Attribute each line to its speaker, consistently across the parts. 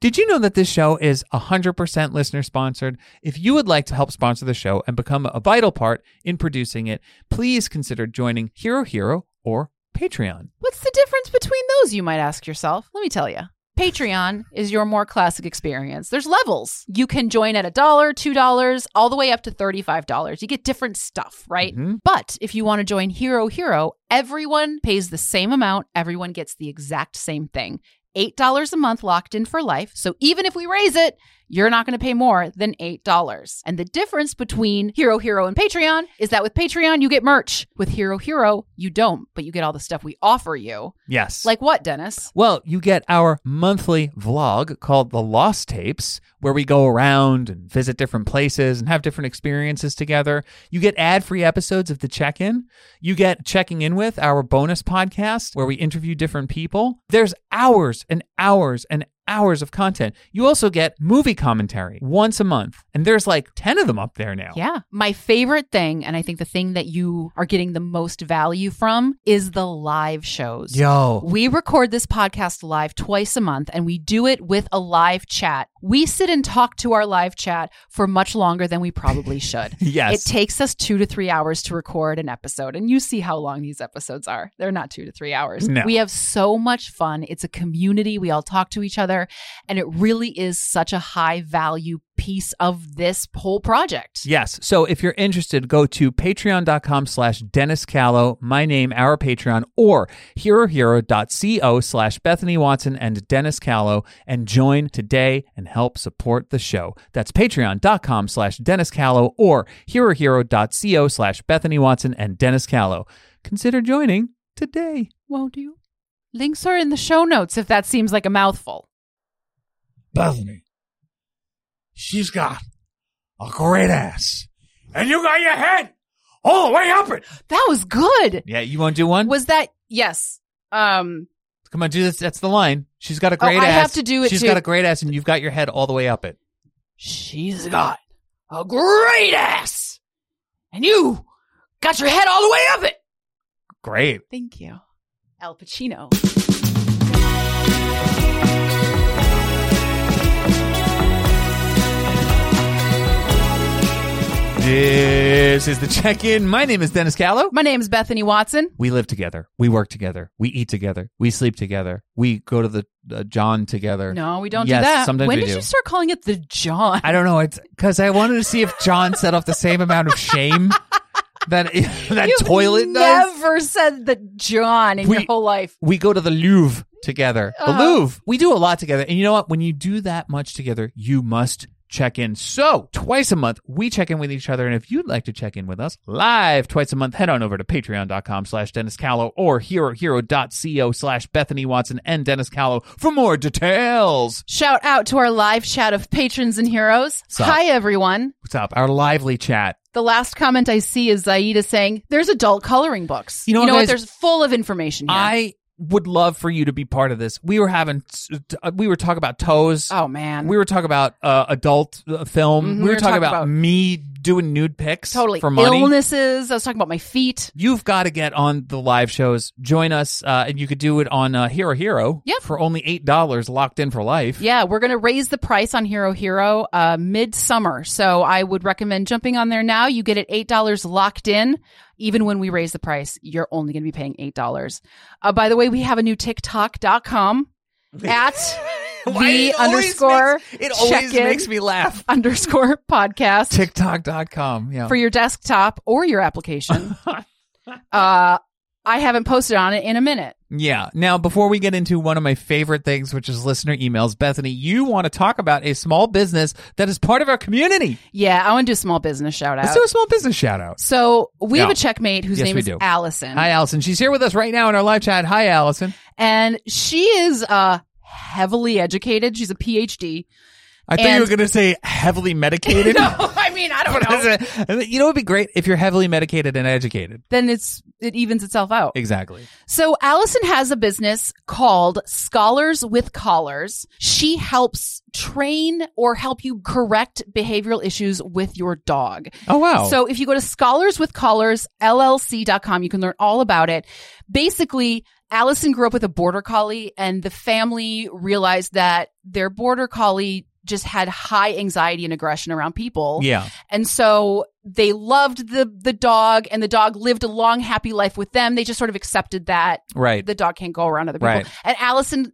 Speaker 1: Did you know that this show is 100% listener sponsored? If you would like to help sponsor the show and become a vital part in producing it, please consider joining Hero Hero or Patreon.
Speaker 2: What's the difference between those, you might ask yourself? Let me tell you. Patreon is your more classic experience. There's levels. You can join at a dollar, two dollars, all the way up to thirty-five dollars. You get different stuff, right?
Speaker 1: Mhm.
Speaker 2: But if you want to join Hero Hero, everyone pays the same amount. Everyone gets the exact same thing. Eight dollars a month locked in for life. So even if we raise it, you're not going to pay more than eight dollars. And the difference between Hero Hero and Patreon is that with Patreon you get merch. With Hero Hero, you don't, but you get all the stuff we offer you.
Speaker 1: Yes.
Speaker 2: Like what, Dennis?
Speaker 1: Well, you get our monthly vlog called The Lost Tapes, where we go around and visit different places and have different experiences together. You get ad free episodes of The Check In. You get Checking In With, our bonus podcast, where we interview different people. There's hours and hours and hours of content. You also get movie commentary once a month, and there's like 10 of them up there now.
Speaker 2: Yeah. My favorite thing, and I think the thing that you are getting the most value from, is the live shows.
Speaker 1: Yo.
Speaker 2: We record this podcast live twice a month and we do it with a live chat. We sit and talk to our live chat for much longer than we probably should.
Speaker 1: Yes.
Speaker 2: It takes us two to three hours to record an episode, and you see how long these episodes are. They're not two to three hours.
Speaker 1: No.
Speaker 2: We have so much fun. It's a community. We all talk to each other, and it really is such a high value piece of this whole project.
Speaker 1: Yes. So if you're interested, go to patreon.com slash Dennis Callow, my name, our Patreon, or herohero.co slash Bethany Watson and Dennis Callow and join today and help support the show. That's patreon.com slash Dennis Callow or herohero.co slash Bethany Watson and Dennis Callow. Consider joining today.
Speaker 2: Won't you? Links are in the show notes if that seems like a mouthful.
Speaker 3: Bethany, she's got a great ass. And you got your head all the way up it.
Speaker 2: That was good.
Speaker 1: Yeah, you want to do one?
Speaker 2: Was that yes? Um,
Speaker 1: Come on, do this. That's the line. She's got a
Speaker 2: Oh,
Speaker 1: great
Speaker 2: I
Speaker 1: ass.
Speaker 2: have to do it
Speaker 1: She's
Speaker 2: too.
Speaker 1: got a great ass, and you've got your head all the way up it.
Speaker 2: she's got a great ass, and you got your head all the way up it.
Speaker 1: Great.
Speaker 2: Thank you, Al Pacino.
Speaker 1: This is the check in. My name is Dennis Callow.
Speaker 2: My name's Bethany Watson.
Speaker 1: We live together. We work together. We eat together. We sleep together. We go to the uh, John together.
Speaker 2: No, we don't
Speaker 1: Yes,
Speaker 2: do that.
Speaker 1: sometimes
Speaker 2: when
Speaker 1: we
Speaker 2: did
Speaker 1: do.
Speaker 2: you start calling it the John?
Speaker 1: I don't know. It's because I wanted to see if John set off the same amount of shame that that
Speaker 2: You've
Speaker 1: toilet does.
Speaker 2: Never said the John in
Speaker 1: We-
Speaker 2: your whole life.
Speaker 1: We go to the Louvre together. The
Speaker 2: Uh-huh.
Speaker 1: Louvre. We do a lot together. And you know what? When you do that much together, you must check in. So, twice a month, we check in with each other. And if you'd like to check in with us live twice a month, head on over to patreon.com slash Dennis Callow or herohero.co slash Bethany Watson and Dennis Callow for more details.
Speaker 2: Shout out to our live chat of patrons and heroes.
Speaker 1: Sup?
Speaker 2: Hi, everyone.
Speaker 1: What's up? Our lively chat.
Speaker 2: The last comment I see is Zaida saying, There's adult coloring books.
Speaker 1: You know what,
Speaker 2: what?
Speaker 1: guys?
Speaker 2: There's full of information here.
Speaker 1: I would love for you to be part of this. We were having, we were talking about toes.
Speaker 2: oh, man.
Speaker 1: We were talking about uh, adult uh, film.
Speaker 2: Mhm,
Speaker 1: we were, talking, about, me doing nude pics
Speaker 2: totally.
Speaker 1: for money.
Speaker 2: Illnesses. I was talking about my feet.
Speaker 1: You've got to get on the live shows. Join us, uh, and you could do it on uh, Hero Hero
Speaker 2: Yep.
Speaker 1: for only eight dollars, locked in for life.
Speaker 2: Yeah, we're going to raise the price on Hero Hero uh, midsummer. So I would recommend jumping on there now. You get it $8 locked in. Even when we raise the price, you're only going to be paying $8. Uh, by the way, we have a new TikTok.com at the underscore
Speaker 1: it always
Speaker 2: check-in
Speaker 1: makes me laugh.
Speaker 2: underscore podcast.
Speaker 1: TikTok.com. Yeah.
Speaker 2: for your desktop or your application. uh, I haven't posted on it in a minute.
Speaker 1: yeah. Now, before we get into one of my favorite things, which is listener emails, Bethany, you want to talk about a small business that is part of our community.
Speaker 2: Yeah, I want to do a small business shout out.
Speaker 1: Let's do a small business shout out.
Speaker 2: so we have
Speaker 1: Yeah.
Speaker 2: a checkmate whose
Speaker 1: Yes,
Speaker 2: name
Speaker 1: we
Speaker 2: is
Speaker 1: do.
Speaker 2: Allison,
Speaker 1: Hi, Allison. She's here with us right now in our live chat. Hi, Allison.
Speaker 2: and she is uh heavily educated. She's a PhD,
Speaker 1: I thought you were
Speaker 2: And-
Speaker 1: going to say heavily medicated.
Speaker 2: no, I mean, I don't know.
Speaker 1: you know, it'd be great if you're heavily medicated and educated.
Speaker 2: Then it's it evens itself out.
Speaker 1: Exactly.
Speaker 2: So Allison has a business called Scholars with Collars. She helps train or help you correct behavioral issues with your dog.
Speaker 1: Oh wow.
Speaker 2: So if you go to scholarswithcollarsllc.com, you can learn all about it. Basically, Allison grew up with a border collie and the family realized that their border collie just had high anxiety and aggression around people.
Speaker 1: yeah.
Speaker 2: And so they loved the the dog and the dog lived a long happy life with them. They just sort of accepted that
Speaker 1: Right.
Speaker 2: the dog can't go around other people.
Speaker 1: Right.
Speaker 2: And Allison,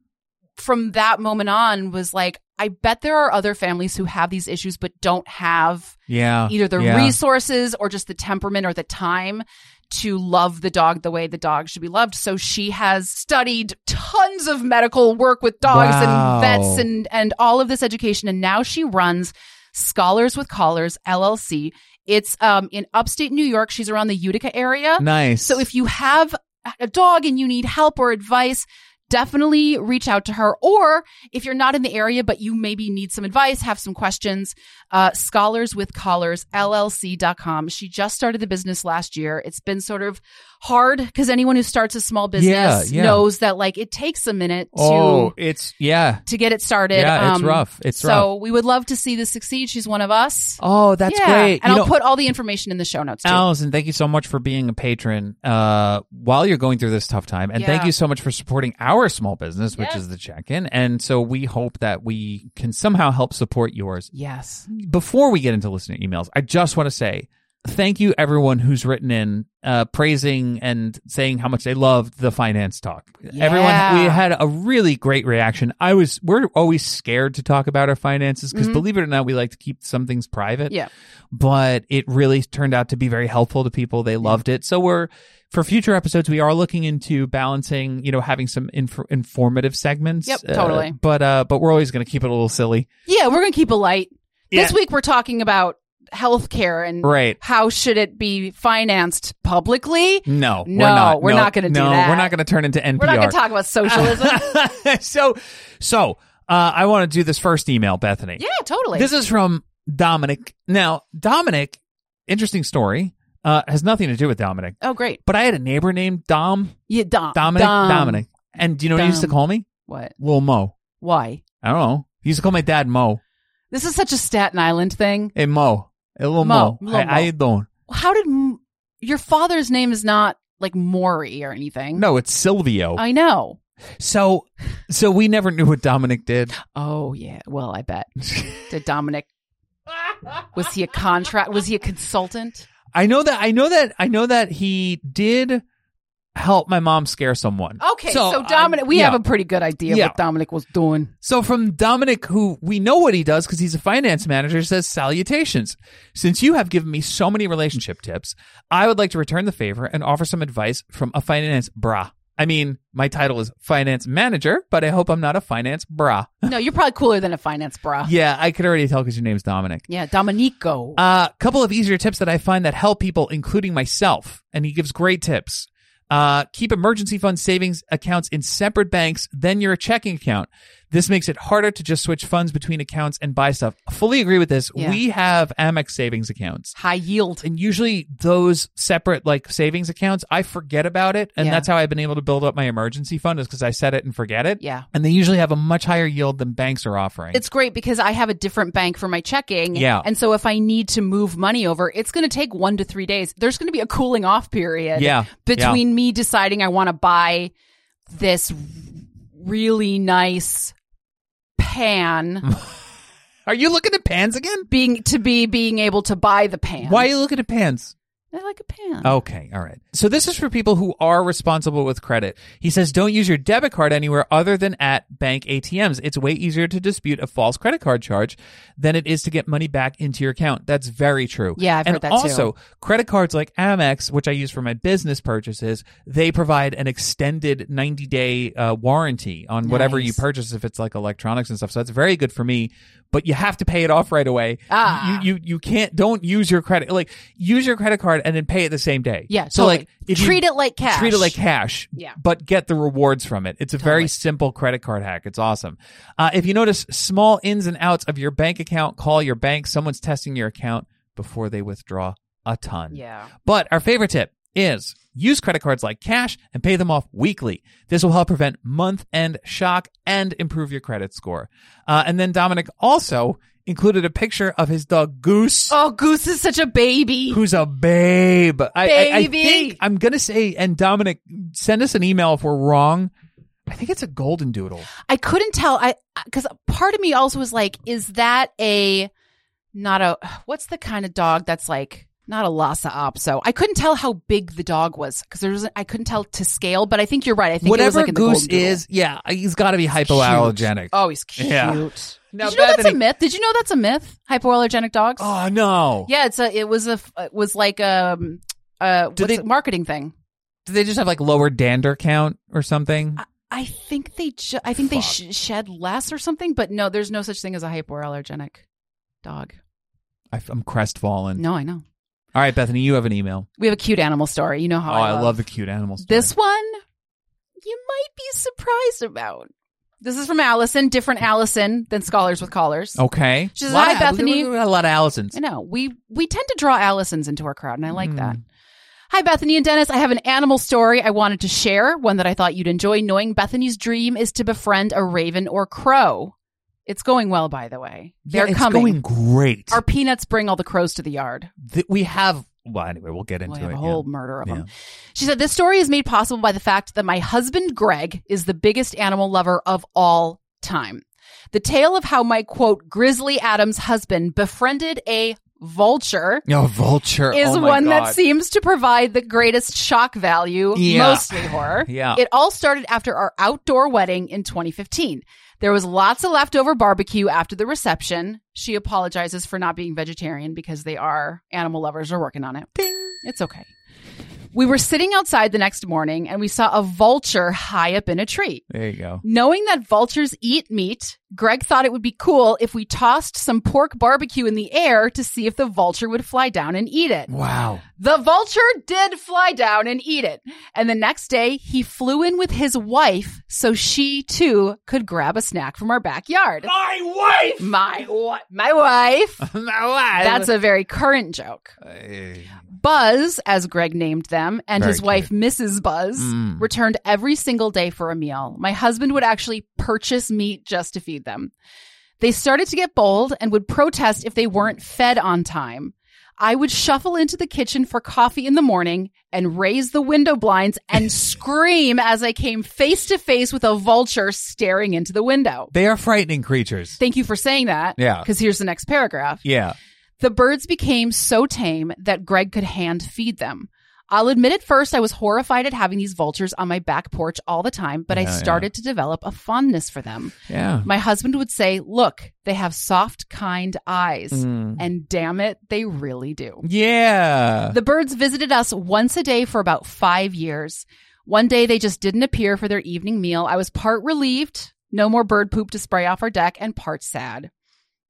Speaker 2: from that moment on, was like, I bet there are other families who have these issues but don't have
Speaker 1: yeah.
Speaker 2: either the
Speaker 1: yeah.
Speaker 2: resources or just the temperament or the time to love the dog the way the dog should be loved. So she has studied tons of medical work with dogs
Speaker 1: Wow.
Speaker 2: and vets and and all of this education and now she runs Scholars with Collars LLC. It's um in upstate New York. She's around the Utica area.
Speaker 1: Nice.
Speaker 2: So if you have a dog and you need help or advice, definitely reach out to her. Or if you're not in the area, but you maybe need some advice, have some questions, uh, scholars with collars, LLC.com. She just started the business last year. It's been sort of hard because anyone who starts a small business
Speaker 1: yeah.
Speaker 2: knows that like it takes a minute to.
Speaker 1: oh, it's yeah.
Speaker 2: To get it started, Um,
Speaker 1: Yeah, it's rough. It's
Speaker 2: so we would love to see this succeed. She's one of us.
Speaker 1: Oh, that's
Speaker 2: Yeah.
Speaker 1: great.
Speaker 2: And
Speaker 1: You
Speaker 2: I'll
Speaker 1: know-
Speaker 2: put all the information in the show notes. Too.
Speaker 1: Allison, thank you so much for being a patron uh, while you're going through this tough time. And thank
Speaker 2: Yeah.
Speaker 1: you so much for supporting our small business, which
Speaker 2: Yes.
Speaker 1: is the check in. And so we hope that we can somehow help support yours.
Speaker 2: yes.
Speaker 1: Before we get into listener emails, I just want to say thank you, everyone who's written in uh, praising and saying how much they loved the finance talk.
Speaker 2: Yeah.
Speaker 1: Everyone, we had a really great reaction. I was, we're always scared to talk about our finances because believe it or not, we like to keep some things private
Speaker 2: Mm-hmm. Yeah.
Speaker 1: but it really turned out to be very helpful to people. They loved it. So we're for future episodes, we are looking into balancing, you know, having some inf- informative segments.
Speaker 2: Yep,
Speaker 1: Uh,
Speaker 2: totally.
Speaker 1: but uh, but we're always going to keep it a little silly,
Speaker 2: Yeah, we're gonna keep it light. This
Speaker 1: Yeah.
Speaker 2: week we're talking about healthcare and
Speaker 1: right?
Speaker 2: how should it be financed publicly.
Speaker 1: No,
Speaker 2: No,
Speaker 1: we're not.
Speaker 2: we're
Speaker 1: No,
Speaker 2: not gonna do
Speaker 1: no,
Speaker 2: that.
Speaker 1: we're not going to turn into NPR.
Speaker 2: We're not gonna talk about socialism.
Speaker 1: so so uh, I want to do this first email, Bethany.
Speaker 2: yeah, totally.
Speaker 1: This is from Dominic. Now Dominic, interesting story. Uh, has nothing to do with Dominic,
Speaker 2: oh, great.
Speaker 1: but I had a neighbor named Dom.
Speaker 2: Yeah, Dom.
Speaker 1: Dominic.
Speaker 2: Dom.
Speaker 1: Dominic. And do you know what he used to
Speaker 2: Dom.
Speaker 1: call me?
Speaker 2: What?
Speaker 1: Lil Mo.
Speaker 2: Why?
Speaker 1: I don't know. He used to call my dad Mo.
Speaker 2: This is such a Staten Island thing.
Speaker 1: Hey Mo. Hey Lil Mo.
Speaker 2: Mo.
Speaker 1: Hey,
Speaker 2: Lil
Speaker 1: how
Speaker 2: Mo.
Speaker 1: you doing?
Speaker 2: How did m- your father's name is not like Maury or anything?
Speaker 1: No, it's Silvio.
Speaker 2: I know.
Speaker 1: so so we never knew what Dominic did.
Speaker 2: Oh yeah. Well, I bet. Did Dominic? Was he a contract? Was he a consultant?
Speaker 1: I know that I know that I know that he did help my mom scare someone.
Speaker 2: Okay, so,
Speaker 1: I-
Speaker 2: Dominic, we
Speaker 1: yeah.
Speaker 2: have a pretty good idea of
Speaker 1: Yeah.
Speaker 2: what Dominic was doing.
Speaker 1: So from Dominic, who we know what he does because he's a finance manager, says salutations. Since you have given me so many relationship tips, I would like to return the favor and offer some advice from a finance bra. I mean, my title is finance manager, but I hope I'm not a finance bra.
Speaker 2: No, you're probably cooler than a finance bra.
Speaker 1: Yeah,
Speaker 2: Yeah,
Speaker 1: I could already tell because your name's Dominic.
Speaker 2: Dominico.
Speaker 1: A couple of easier tips that I find that help people, including myself, and he gives great tips. Uh, keep emergency fund savings accounts in separate banks than your checking account. This makes it harder to just switch funds between accounts and buy stuff. Fully agree with this.
Speaker 2: Yeah.
Speaker 1: We have Amex savings accounts.
Speaker 2: High yield.
Speaker 1: And usually those separate like savings accounts, I forget about it. And
Speaker 2: Yeah.
Speaker 1: that's how I've been able to build up my emergency fund is because I set it and forget it.
Speaker 2: Yeah.
Speaker 1: And they usually have a much higher yield than banks are offering.
Speaker 2: It's great because I have a different bank for my checking.
Speaker 1: Yeah.
Speaker 2: And so if I need to move money over, it's going to take one to three days. There's going to be a cooling off period
Speaker 1: Yeah.
Speaker 2: between me deciding I want to buy this really nice pan
Speaker 1: Are you looking at pans again?
Speaker 2: being to be being able to buy the pan.
Speaker 1: Why Oh. are you looking at pans?
Speaker 2: I like a pan.
Speaker 1: Okay, all right. So this is for people who are responsible with credit. He says don't use your debit card anywhere other than at bank ATMs. It's way easier to dispute a false credit card charge than it is to get money back into your account. That's very true.
Speaker 2: Yeah, I've
Speaker 1: and
Speaker 2: heard that too.
Speaker 1: also, credit cards like Amex, which I use for my business purchases, they provide an extended 90-day uh, warranty on whatever you
Speaker 2: Nice.
Speaker 1: purchase if it's like electronics and stuff. So that's very good for me, but you have to pay it off right away.
Speaker 2: Ah.
Speaker 1: You, you you can't don't use your credit like use your credit card card and then pay it the same day.
Speaker 2: Yeah,
Speaker 1: So
Speaker 2: totally.
Speaker 1: like if you
Speaker 2: treat it like cash.
Speaker 1: treat it like cash.
Speaker 2: Yeah.
Speaker 1: But get the rewards from it. It's a very
Speaker 2: Totally.
Speaker 1: simple credit card hack. It's awesome. Uh, if you notice small ins and outs of your bank account, call your bank. Someone's testing your account before they withdraw a ton.
Speaker 2: Yeah.
Speaker 1: But our favorite tip is use credit cards like cash and pay them off weekly. This will help prevent month end shock and improve your credit score. Uh, and then Dominic also included a picture of his dog Goose.
Speaker 2: Oh, Goose is such a baby.
Speaker 1: Who's a babe? I, I, I
Speaker 2: Baby.
Speaker 1: think I'm gonna say, and Dominic, send us an email if we're wrong. I think it's a golden doodle.
Speaker 2: I couldn't tell. I because part of me also was like, is that a not a what's the kind of dog that's like not a Lhasa Apso? I couldn't tell how big the dog was because there was I couldn't tell to scale. But I think you're right. I think
Speaker 1: Whatever
Speaker 2: it was like in the
Speaker 1: Goose
Speaker 2: Golden Doodle.
Speaker 1: is, yeah, uh, he's got to be
Speaker 2: Cute.
Speaker 1: hypoallergenic.
Speaker 2: Oh, he's cute.
Speaker 1: Yeah. Now,
Speaker 2: Did you know that's a
Speaker 1: Bethany-
Speaker 2: myth? Did you know that's a myth? Hypoallergenic dogs.
Speaker 1: Oh no!
Speaker 2: Yeah, it's a. It was a. It was like um. Uh,
Speaker 1: Do
Speaker 2: what's
Speaker 1: they-
Speaker 2: it, marketing thing.
Speaker 1: Do they just have like lower dander count or something?
Speaker 2: I think they. Ju- I think they sh- shed less or something. But no, there's no such thing as a hypoallergenic dog.
Speaker 1: I, am crestfallen.
Speaker 2: No, I know.
Speaker 1: All right, Bethany, you have an email.
Speaker 2: We have a cute animal story. You know how
Speaker 1: oh,
Speaker 2: I,
Speaker 1: I love the cute animals.
Speaker 2: this one. You might be surprised about. This is from Allison, different Allison than Scholars with Callers.
Speaker 1: Oh. Okay.
Speaker 2: She says,
Speaker 1: Lot
Speaker 2: "Hi,
Speaker 1: of- we- we-
Speaker 2: Bethany."
Speaker 1: we got A lot of Allisons.
Speaker 2: I know we we tend to draw Allisons into our crowd, and I like
Speaker 1: Mm.
Speaker 2: that. Hi, Bethany and Dennis. I have an animal story I wanted to share, one that I thought you'd enjoy. Knowing Bethany's dream is to befriend a raven or crow. It's going well, by the way.
Speaker 1: Yeah,
Speaker 2: They're
Speaker 1: it's
Speaker 2: coming.
Speaker 1: going great.
Speaker 2: Our peanuts bring all the crows to the yard.
Speaker 1: Th- we have. Well, anyway, we'll get into
Speaker 2: we have
Speaker 1: it.
Speaker 2: a
Speaker 1: yeah.
Speaker 2: whole murder of
Speaker 1: Yeah.
Speaker 2: them. She said, This story is made possible by the fact that my husband, Greg, is the biggest animal lover of all time. The tale of how my quote, Grizzly Adams husband befriended a vulture
Speaker 1: No, vulture
Speaker 2: is
Speaker 1: oh
Speaker 2: one
Speaker 1: my God.
Speaker 2: that seems to provide the greatest shock value,
Speaker 1: Yeah.
Speaker 2: mostly horror.
Speaker 1: Yeah.
Speaker 2: It all started after our outdoor wedding in 2015. There was lots of leftover barbecue after the reception. She apologizes for not being vegetarian because they are animal lovers are working on it. It's okay. We were sitting outside the next morning and we saw a vulture high up in a tree.
Speaker 1: There you go.
Speaker 2: Knowing that vultures eat meat, Greg thought it would be cool if we tossed some pork barbecue in the air to see if the vulture would fly down and eat it.
Speaker 1: Wow.
Speaker 2: The vulture did fly down and eat it. And the next day, he flew in with his wife so she too could grab a snack from our backyard.
Speaker 1: Oh.
Speaker 3: My wife!
Speaker 2: My wi- my wife. That's
Speaker 1: That's
Speaker 2: a very current joke. Buzz, as Greg named them, and
Speaker 1: Very
Speaker 2: his wife, Mrs. Buzz,
Speaker 1: Mm.
Speaker 2: returned every single day for a meal. My husband would actually purchase meat just to feed them. They started to get bold and would protest if they weren't fed on time. I would shuffle into the kitchen for coffee in the morning and raise the window blinds and scream as I came face to face with a vulture staring into the window.
Speaker 1: They are frightening creatures.
Speaker 2: Thank you for saying that.
Speaker 1: Yeah.
Speaker 2: Because here's the next paragraph.
Speaker 1: Yeah.
Speaker 2: The birds became so tame that Greg could hand feed them. I'll admit at first I was horrified at having these vultures on my back porch all the time, but I
Speaker 1: Yeah, yeah.
Speaker 2: started to develop a fondness for them.
Speaker 1: Yeah.
Speaker 2: My husband would say, Look, they have soft, kind eyes.
Speaker 1: Mm.
Speaker 2: And damn it, they really do.
Speaker 1: Yeah.
Speaker 2: The birds visited us once a day for about five years. One day they just didn't appear for their evening meal. I was part relieved, no more bird poop to spray off our deck, and part sad.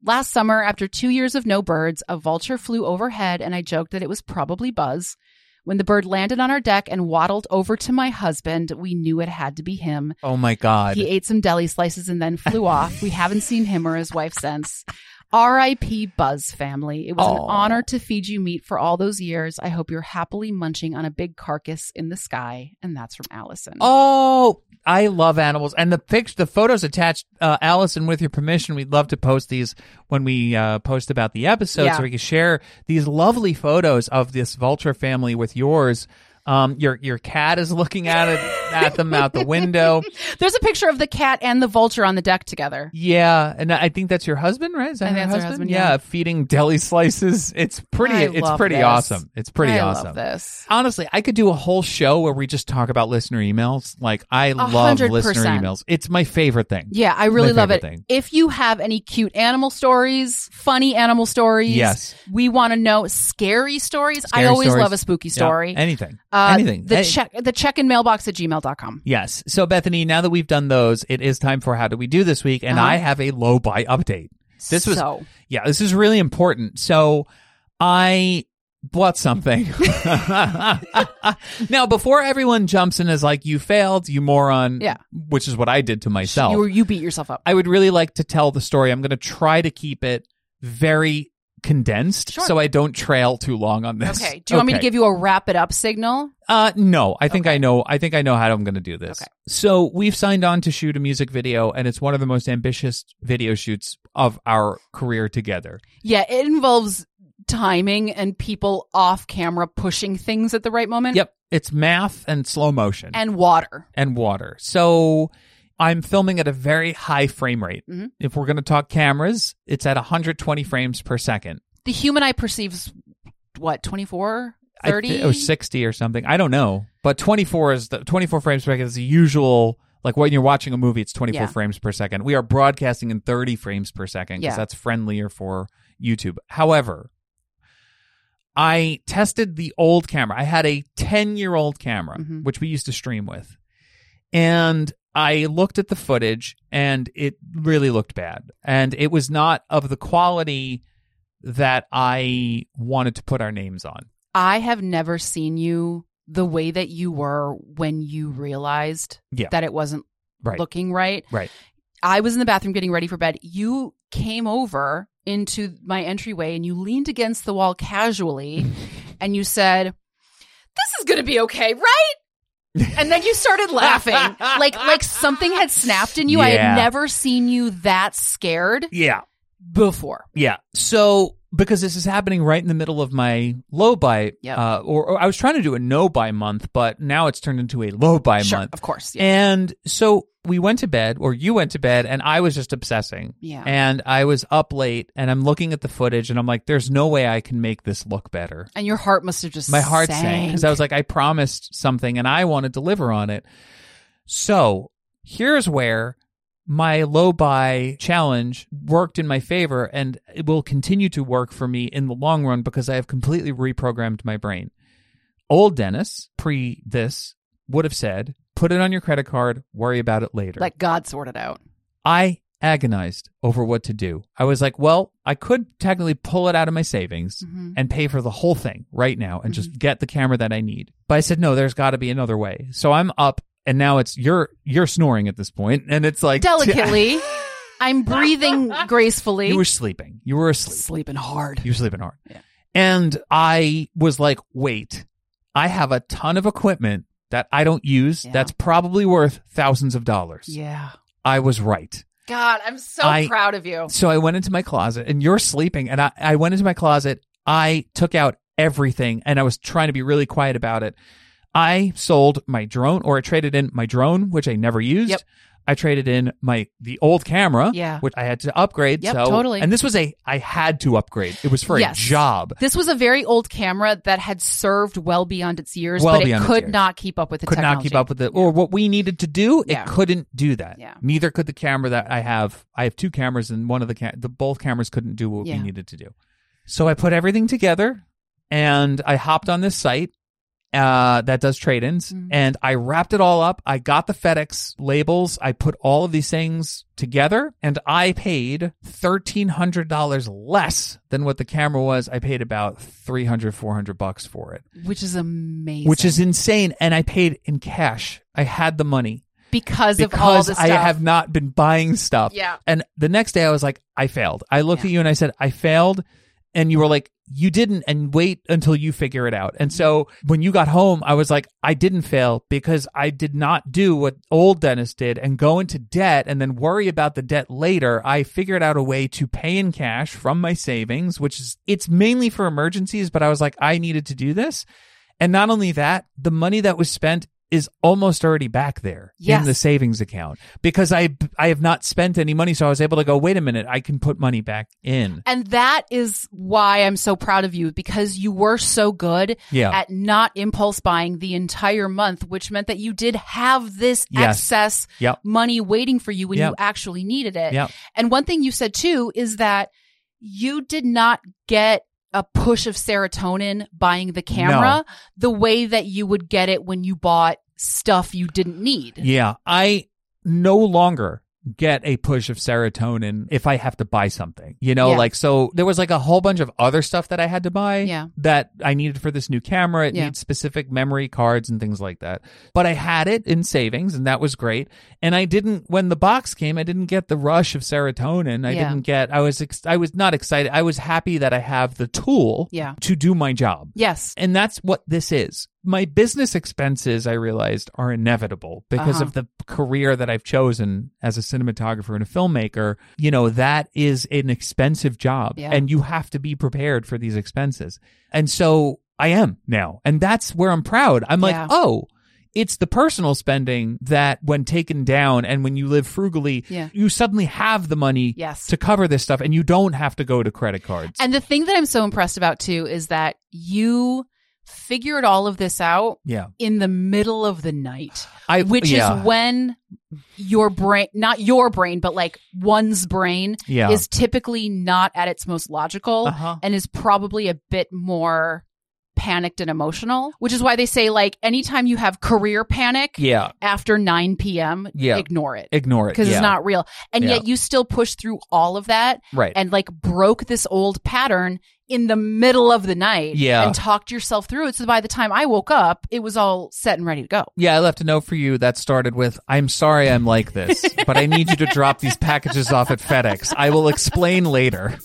Speaker 2: Last summer, after two years of no birds, a vulture flew overhead, and I joked that it was probably Buzz. When the bird landed on our deck and waddled over to my husband, we knew it had to be him.
Speaker 1: oh my God.
Speaker 2: He ate some deli slices and then flew off. We haven't seen him or his wife since. R.I.P. Buzz family. It was an
Speaker 1: Aw.
Speaker 2: honor to feed you meat for all those years. I hope you're happily munching on a big carcass in the sky. And that's from Allison.
Speaker 1: Oh, I love animals. And the picture, the photos attached, uh, Allison, with your permission, we'd love to post these when we uh, post about the episode
Speaker 2: Yeah.
Speaker 1: so we can share these lovely photos of this vulture family with yours. Um, your your cat is looking at it at them out the window.
Speaker 2: There's a picture of the cat and the vulture on the deck together.
Speaker 1: Yeah, and I think that's your husband, right? Is that
Speaker 2: I think
Speaker 1: her
Speaker 2: that's her husband, yeah.
Speaker 1: feeding deli slices. It's pretty.
Speaker 2: I
Speaker 1: it's
Speaker 2: love
Speaker 1: pretty
Speaker 2: this.
Speaker 1: awesome. It's pretty
Speaker 2: I
Speaker 1: awesome.
Speaker 2: Love this.
Speaker 1: Honestly, I could do a whole show where we just talk about listener emails. Like I love
Speaker 2: hundred
Speaker 1: listener
Speaker 2: percent.
Speaker 1: emails. It's my favorite thing.
Speaker 2: Yeah, I really
Speaker 1: My
Speaker 2: love it.
Speaker 1: favorite thing.
Speaker 2: If you have any cute animal stories, funny animal stories,
Speaker 1: Yes.
Speaker 2: we want to know scary stories. I
Speaker 1: Scary
Speaker 2: always
Speaker 1: stories.
Speaker 2: love a spooky story.
Speaker 1: Yeah, anything.
Speaker 2: Uh,
Speaker 1: anything.
Speaker 2: The
Speaker 1: Any-
Speaker 2: check the check in mailbox at gmail.com.
Speaker 1: yes. So Bethany, now that we've done those, it is time for how do we do this week and
Speaker 2: Uh-huh.
Speaker 1: I have a low buy update. This was
Speaker 2: so
Speaker 1: Yeah, this is really important. So I bought something. now, before everyone jumps in as like, you failed, you moron,
Speaker 2: Yeah.
Speaker 1: which is what I did to myself.
Speaker 2: You, you beat yourself up.
Speaker 1: I would really like to tell the story. I'm going to try to keep it very condensed
Speaker 2: Sure.
Speaker 1: so I don't trail too long on this.
Speaker 2: Okay. Do you want me to give you a wrap it up signal?
Speaker 1: Uh, no, I think I know. I think I know how I'm going to do this.
Speaker 2: Okay.
Speaker 1: So we've signed on to shoot a music video, and it's one of the most ambitious video shoots of our career together.
Speaker 2: Yeah, it involves timing and people off camera pushing things at the right moment.
Speaker 1: Yep, it's math and slow motion
Speaker 2: And water.
Speaker 1: and water. So I'm filming at a very high frame rate.
Speaker 2: Mhm.
Speaker 1: If we're going to talk cameras, it's at 120 frames per second.
Speaker 2: The human eye perceives what, 24,
Speaker 1: I
Speaker 2: 30?
Speaker 1: thi- or 60 or something. I don't know. But 24 is the 24 frames per second is the usual like when you're watching a movie it's 24
Speaker 2: Yeah.
Speaker 1: frames per second. We are broadcasting in 30 frames per second because
Speaker 2: Yeah.
Speaker 1: that's friendlier for YouTube. However, I tested the old camera. I had a 10-year-old camera
Speaker 2: Mhm.
Speaker 1: which we used to stream with. And I looked at the footage and it really looked bad. And it was not of the quality that I wanted to put our names on.
Speaker 2: I have never seen you the way that you were when you realized
Speaker 1: Yeah.
Speaker 2: that it wasn't
Speaker 1: Right.
Speaker 2: looking right.
Speaker 1: Right.
Speaker 2: I was in the bathroom getting ready for bed. You came over into my entryway and you leaned against the wall casually and you said, This is going to be okay, right? And then you started laughing like like something had snapped in you. I
Speaker 1: Yeah.
Speaker 2: had never seen you that scared
Speaker 1: Yeah.
Speaker 2: before.
Speaker 1: Yeah. So because this is happening right in the middle of my low buy,
Speaker 2: Yep.
Speaker 1: uh, or, or I was trying to do a no buy month, but now it's turned into a low buy
Speaker 2: sure,
Speaker 1: month.
Speaker 2: of course. Yeah.
Speaker 1: And so we went to bed, or you went to bed, and I was just obsessing.
Speaker 2: Yeah.
Speaker 1: And I was up late, and I'm looking at the footage, and I'm like, "There's no way I can make this look better."
Speaker 2: And your heart must have just
Speaker 1: My heart
Speaker 2: sank.
Speaker 1: sank because I was like, "I promised something, and I want to deliver on it." So here's where my low buy challenge worked in my favor and it will continue to work for me in the long run because I have completely reprogrammed my brain. Old Dennis, pre this, would have said, put it on your credit card, worry about it later.
Speaker 2: like God sorted out.
Speaker 1: I agonized over what to do. I was like, well, I could technically pull it out of my savings
Speaker 2: Mhm.
Speaker 1: and pay for the whole thing right now and
Speaker 2: Mm-hmm.
Speaker 1: just get the camera that I need. But I said, no, there's got to be another way. So I'm up and now it's you're you're snoring at this point and it's like
Speaker 2: Delicately. I'm breathing gracefully.
Speaker 1: You were sleeping. You were asleep.
Speaker 2: sleeping hard.
Speaker 1: You were sleeping hard.
Speaker 2: Yeah.
Speaker 1: And I was like, wait, I have a ton of equipment that I don't use
Speaker 2: Yeah.
Speaker 1: that's probably worth thousands of dollars.
Speaker 2: Yeah.
Speaker 1: I was right.
Speaker 2: God, I'm so
Speaker 1: I-
Speaker 2: proud of you.
Speaker 1: So I went into my closet and you're sleeping. And I, I went into my closet. I took out everything and I was trying to be really quiet about it. I sold my drone or I traded in my drone, which I never used.
Speaker 2: Yep.
Speaker 1: I traded in my the old camera,
Speaker 2: Yeah.
Speaker 1: which I had to upgrade.
Speaker 2: Yep,
Speaker 1: so
Speaker 2: totally.
Speaker 1: And this was a I had to upgrade. It was for
Speaker 2: Yes.
Speaker 1: a job.
Speaker 2: This was a very old camera that had served well beyond its years,
Speaker 1: Well
Speaker 2: but it
Speaker 1: beyond its
Speaker 2: could
Speaker 1: years.
Speaker 2: not keep up with the
Speaker 1: could
Speaker 2: technology.
Speaker 1: not keep up with it or what we needed to do
Speaker 2: Yeah.
Speaker 1: it couldn't do that
Speaker 2: Yeah.
Speaker 1: neither could the camera that i have i have two cameras and one of the ca- the both cameras couldn't do what
Speaker 2: Yeah.
Speaker 1: we needed to do so i put everything together and i hopped on this site uh, that does trade-ins
Speaker 2: Mhm.
Speaker 1: and i wrapped it all up i got the fedex labels i put all of these things together and i paid $1300 less than what the camera was i paid about 300 400 bucks for it
Speaker 2: which is amazing.
Speaker 1: which is insane. And I paid in cash. I had the money
Speaker 2: because, of all
Speaker 1: because
Speaker 2: the stuff.
Speaker 1: I have not been buying stuff.
Speaker 2: Yeah.
Speaker 1: And the next day I was like, I failed. I looked
Speaker 2: Yeah.
Speaker 1: at you and I said, I failed. And you were like, you didn't, and wait until you figure it out.
Speaker 2: Mm-hmm.
Speaker 1: And so when you got home, I was like, I didn't fail because I did not do what old Dennis did and go into debt and then worry about the debt later. I figured out a way to pay in cash from my savings, which is, it's mainly for emergencies, but I was like, I needed to do this. And not only that, the money that was spent is almost already back there
Speaker 2: Yes.
Speaker 1: in the savings account because I I have not spent any money, so I was able to go. Wait a minute, I can put money back in.
Speaker 2: and that is why I'm so proud of you because you were so good
Speaker 1: Yeah.
Speaker 2: at not impulse buying the entire month, which meant that you did have this
Speaker 1: Yes.
Speaker 2: excess
Speaker 1: Yep.
Speaker 2: money waiting for you when
Speaker 1: Yep.
Speaker 2: you actually needed it.
Speaker 1: Yep.
Speaker 2: And one thing you said too is that you did not get a push of serotonin buying the camera the way that you would get it when you bought stuff you didn't need.
Speaker 1: Yeah, I no longer get a push of serotonin if I have to buy something. You know,
Speaker 2: Yeah.
Speaker 1: like so there was like a whole bunch of other stuff that I had to buy
Speaker 2: Yeah.
Speaker 1: that I needed for this new camera. It
Speaker 2: Yeah.
Speaker 1: needs specific memory cards and things like that. But I had it in savings and that was great. And I didn't when the box came, I didn't get the rush of serotonin. I
Speaker 2: Yeah.
Speaker 1: didn't get I was ex- I was not excited. I was happy that I have the tool
Speaker 2: Yeah.
Speaker 1: to do my job.
Speaker 2: Yes.
Speaker 1: And that's what this is. My business expenses, I realized, are inevitable because
Speaker 2: Uh-huh.
Speaker 1: of the career that I've chosen as a cinematographer and a filmmaker. You know, that is an expensive job
Speaker 2: Yeah.
Speaker 1: and you have to be prepared for these expenses. And so I am now. And that's where I'm proud. I'm like,
Speaker 2: Yeah.
Speaker 1: oh, it's the personal spending that when taken down and when you live frugally,
Speaker 2: Yeah.
Speaker 1: you suddenly have the money
Speaker 2: Yes.
Speaker 1: to cover this stuff and you don't have to go to credit cards.
Speaker 2: And the thing that I'm so impressed about too is that you figured all of this out
Speaker 1: yeah.
Speaker 2: in the middle of the night,
Speaker 1: I,
Speaker 2: which
Speaker 1: yeah.
Speaker 2: is when your brain, not your brain, but like one's brain
Speaker 1: yeah.
Speaker 2: is typically not at its most logical
Speaker 1: Uh-huh.
Speaker 2: and is probably a bit more panicked and emotional, which is why they say like anytime you have career panic
Speaker 1: Yeah.
Speaker 2: after 9 p.m.,
Speaker 1: Yeah.
Speaker 2: ignore it
Speaker 1: Ignore it.
Speaker 2: because
Speaker 1: yeah.
Speaker 2: it's not real. And
Speaker 1: Yeah.
Speaker 2: yet you still push through all of that
Speaker 1: right.
Speaker 2: and like broke this old pattern in the middle of the night
Speaker 1: Yeah.
Speaker 2: and talked yourself through it. So by the time I woke up, it was all set and ready to go.
Speaker 1: yeah, I left a note for you that started with I'm sorry I'm like this, but I need you to drop these packages off at FedEx. I will explain later.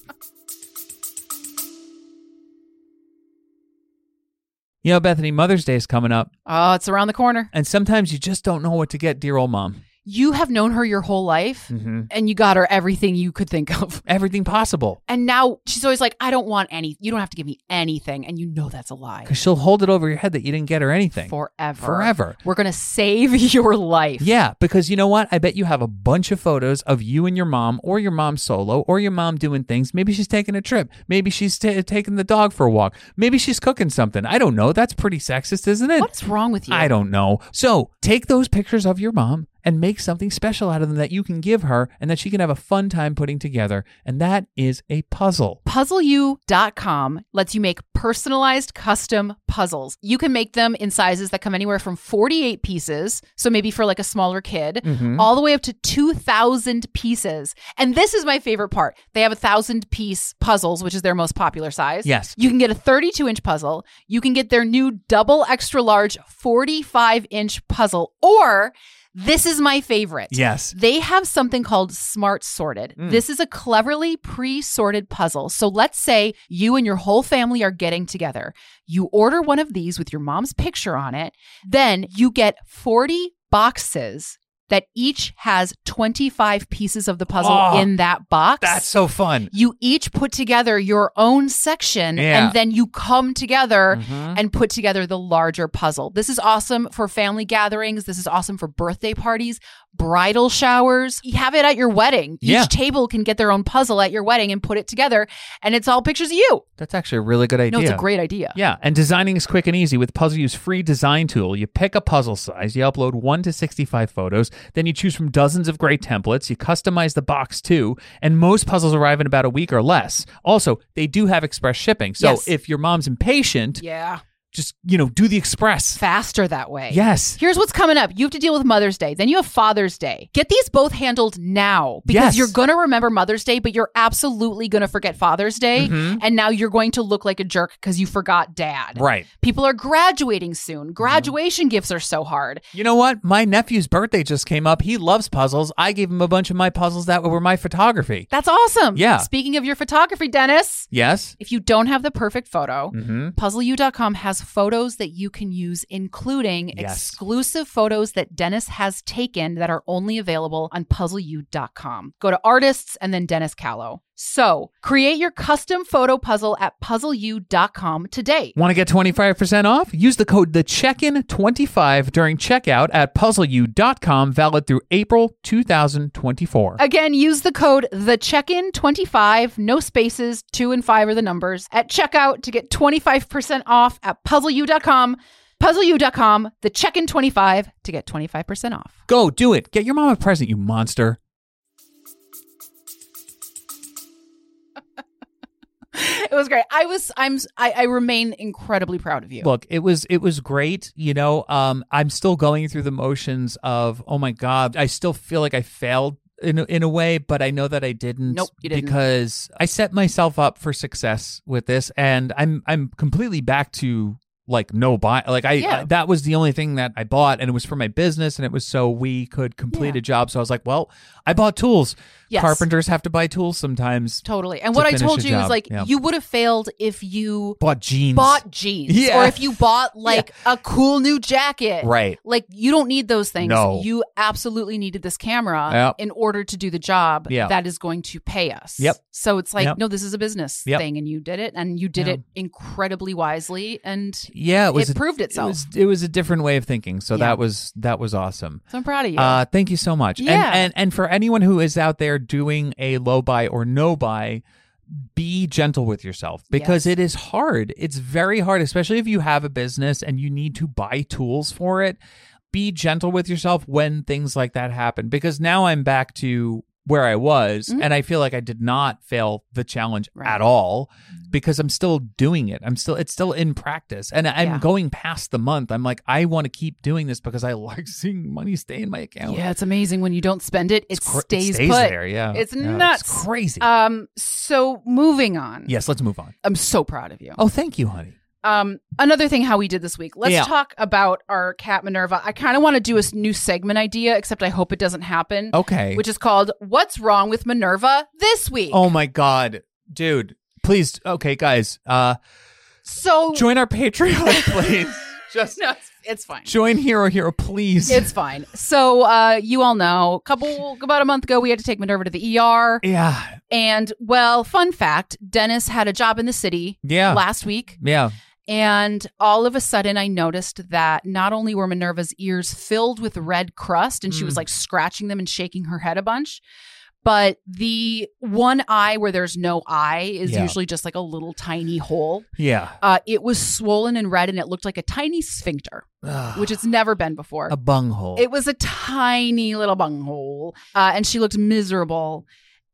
Speaker 1: You know, Bethany, Mother's Day is coming up,
Speaker 2: Oh, it's around the corner.
Speaker 1: and sometimes you just don't know what to get dear old mom.
Speaker 2: You have known her your whole life
Speaker 1: Mm-hmm.
Speaker 2: and you got her everything you could think of.
Speaker 1: Everything possible.
Speaker 2: And now she's always like, I don't want any, you don't have to give me anything. And you know that's a lie.
Speaker 1: Because she'll hold it over your head that you didn't get her anything.
Speaker 2: Forever.
Speaker 1: Forever.
Speaker 2: We're going to save your life.
Speaker 1: Yeah, because you know what? I bet you have a bunch of photos of you and your mom, or your mom solo, or your mom doing things. Maybe she's taking a trip. Maybe she's ta taking the dog for a walk. Maybe she's cooking something. I don't know. That's pretty sexist, isn't it?
Speaker 2: What's wrong with you?
Speaker 1: I don't know. So take those pictures of your mom and make something special out of them that you can give her and that she can have a fun time putting together. And that is a puzzle.
Speaker 2: puzzleu.com lets you make personalized custom puzzles. You can make them in sizes that come anywhere from 48 pieces, so maybe for like a smaller kid, all the way up to 2,000 pieces. And this is my favorite part. They have a thousand piece puzzles, which is their most popular size.
Speaker 1: Yes.
Speaker 2: You can get a 32 inch puzzle. You can get their new double extra large 45 inch puzzle, or this is my favorite.
Speaker 1: Yes. Mm.
Speaker 2: They have something called smart sorted. This is a cleverly pre sorted puzzle. So let's say you and your whole family are getting together. You order one of these with your mom's picture on it. Then you get 40 boxes that each has 25 pieces of the puzzle
Speaker 1: Oh,
Speaker 2: in that box.
Speaker 1: That's so fun.
Speaker 2: you each put together your own section
Speaker 1: Yeah.
Speaker 2: and then you come together
Speaker 1: Mhm.
Speaker 2: and put together the larger puzzle. This is awesome for family gatherings. This is awesome for birthday parties, bridal showers. You have it at your wedding. Each
Speaker 1: Yeah.
Speaker 2: table can get their own puzzle at your wedding and put it together. And it's all pictures of you.
Speaker 1: That's actually a really good idea.
Speaker 2: No, it's a great idea.
Speaker 1: Yeah, and designing is quick and easy with PuzzleU's free design tool. You pick a puzzle size, you upload 1 to 65 photos, then you choose from dozens of great templates, you customize the box too, and most puzzles arrive in about a week or less. Also, they do have express shipping. So
Speaker 2: Yes.
Speaker 1: if your mom's impatient,
Speaker 2: Yeah.
Speaker 1: just, you know, do the express.
Speaker 2: Faster that way.
Speaker 1: Yes.
Speaker 2: Here's what's coming up. You have to deal with Mother's Day. Then you have Father's Day. Get these both handled now because
Speaker 1: Yes.
Speaker 2: you're going to remember Mother's Day, but you're absolutely going to forget Father's Day. And now you're going to look like a jerk because you forgot dad.
Speaker 1: Mm-hmm. Right. Mm-hmm.
Speaker 2: People are graduating soon. Graduation gifts are so hard.
Speaker 1: You know what? My nephew's birthday just came up. He loves puzzles. I gave him a bunch of my puzzles that were my photography.
Speaker 2: That's awesome.
Speaker 1: Yeah.
Speaker 2: Speaking of your photography, Dennis,
Speaker 1: Yes.
Speaker 2: if you don't have the perfect photo,
Speaker 1: Mhm.
Speaker 2: puzzleu.com has photos that you can use, including
Speaker 1: Yes.
Speaker 2: exclusive photos that Dennis has taken that are only available on puzzleu.com. Go to artists and then Dennis Callow. So create your custom photo puzzle at puzzleu.com today.
Speaker 1: Want to get 25% off? Use the code the checkin 25 during checkout at puzzleu.com valid through April 2024.
Speaker 2: Again, use the code the checkin 25, no spaces, two and five are the numbers, at checkout to get 25% off at puzzleu.com. Puzzleu.com, the checkin 25 to get 25% off.
Speaker 1: Go do it. Get your mom a present, you monster.
Speaker 2: It was great. I was, I'm, I, I remain incredibly proud of you.
Speaker 1: Look, it was it was great, you know. Um I'm still going through the motions of, oh my god, I still feel like I failed in a, in a way, but I know that I didn't.
Speaker 2: Nope, you didn't.
Speaker 1: Because I set myself up for success with this, and I'm I'm completely back to like no buy. Like I,
Speaker 2: Yeah.
Speaker 1: I- that was the only thing that I bought, and it was for my business, and it was so we could complete
Speaker 2: Yeah.
Speaker 1: a job. So I was like, well, I bought tools.
Speaker 2: Yes.
Speaker 1: Carpenters have to buy tools sometimes.
Speaker 2: Totally. And
Speaker 1: to
Speaker 2: what I
Speaker 1: finish
Speaker 2: told
Speaker 1: a
Speaker 2: you is
Speaker 1: job.
Speaker 2: like
Speaker 1: Yeah.
Speaker 2: you would have failed if you
Speaker 1: Bought jeans.
Speaker 2: bought jeans
Speaker 1: Yeah.
Speaker 2: or if you bought like a cool new jacket.
Speaker 1: right.
Speaker 2: Like you don't need those things.
Speaker 1: No.
Speaker 2: You absolutely needed this camera
Speaker 1: Yep.
Speaker 2: in order to do the job
Speaker 1: Yeah.
Speaker 2: that is going to pay us.
Speaker 1: Yep.
Speaker 2: So it's like
Speaker 1: Yep.
Speaker 2: no this is a business
Speaker 1: Yep.
Speaker 2: thing and you did it and you did
Speaker 1: Yeah.
Speaker 2: it incredibly wisely and
Speaker 1: Yeah, it
Speaker 2: it,
Speaker 1: was a-
Speaker 2: proved itself.
Speaker 1: It was, it was a different way of thinking. So
Speaker 2: Yeah.
Speaker 1: that was that was awesome.
Speaker 2: so I'm proud of you.
Speaker 1: Uh, thank you so much.
Speaker 2: Yeah.
Speaker 1: And, and and for anyone who is out there doing a low buy or no buy, be gentle with yourself because
Speaker 2: Yes.
Speaker 1: it is hard. It's very hard, especially if you have a business and you need to buy tools for it. Be gentle with yourself when things like that happen because now I'm back to where I was
Speaker 2: Mhm.
Speaker 1: and I feel like I did not fail the challenge
Speaker 2: Right. Mm-hmm.
Speaker 1: at all because I'm still doing it. I'm still it's still in practice and I'm
Speaker 2: Yeah.
Speaker 1: going past the month. I'm like I want to keep doing this because I like seeing money stay in my account.
Speaker 2: yeah, it's amazing when you don't spend it, it,
Speaker 1: cra-
Speaker 2: stays, put.
Speaker 1: there. Yeah,
Speaker 2: It's
Speaker 1: Yeah,
Speaker 2: nuts.
Speaker 1: crazy.
Speaker 2: Um so moving on.
Speaker 1: yes, let's move on.
Speaker 2: I'm so proud of you.
Speaker 1: Oh, thank you, honey.
Speaker 2: Um, another thing, how we did this week. Let's
Speaker 1: Yeah.
Speaker 2: talk about our cat Minerva. I kind of want to do a s- new segment idea, except I hope it doesn't happen.
Speaker 1: Okay.
Speaker 2: Which is called "What's Wrong with Minerva This Week."
Speaker 1: oh my god, dude! Please, okay, guys, uh,
Speaker 2: so
Speaker 1: join our Patreon, please. Just
Speaker 2: no, it's, it's fine.
Speaker 1: join Hero Hero, please.
Speaker 2: It's fine. So, uh, you all know, a couple about a month ago, we had to take Minerva to the ER,
Speaker 1: yeah,
Speaker 2: and well, fun fact: Dennis had a job in the city
Speaker 1: yeah,
Speaker 2: last week.
Speaker 1: yeah.
Speaker 2: And all of a sudden, I noticed that not only were Minerva's ears filled with red crust and she
Speaker 1: Mm.
Speaker 2: was like scratching them and shaking her head a bunch, but the one eye where there's no eye is
Speaker 1: Yeah.
Speaker 2: usually just like a little tiny hole.
Speaker 1: Yeah,
Speaker 2: Uh, it was swollen and red and it looked like a tiny sphincter,
Speaker 1: Ugh.
Speaker 2: which it's never been before.
Speaker 1: a bunghole.
Speaker 2: It was a tiny little bunghole. Uh, and she looked miserable.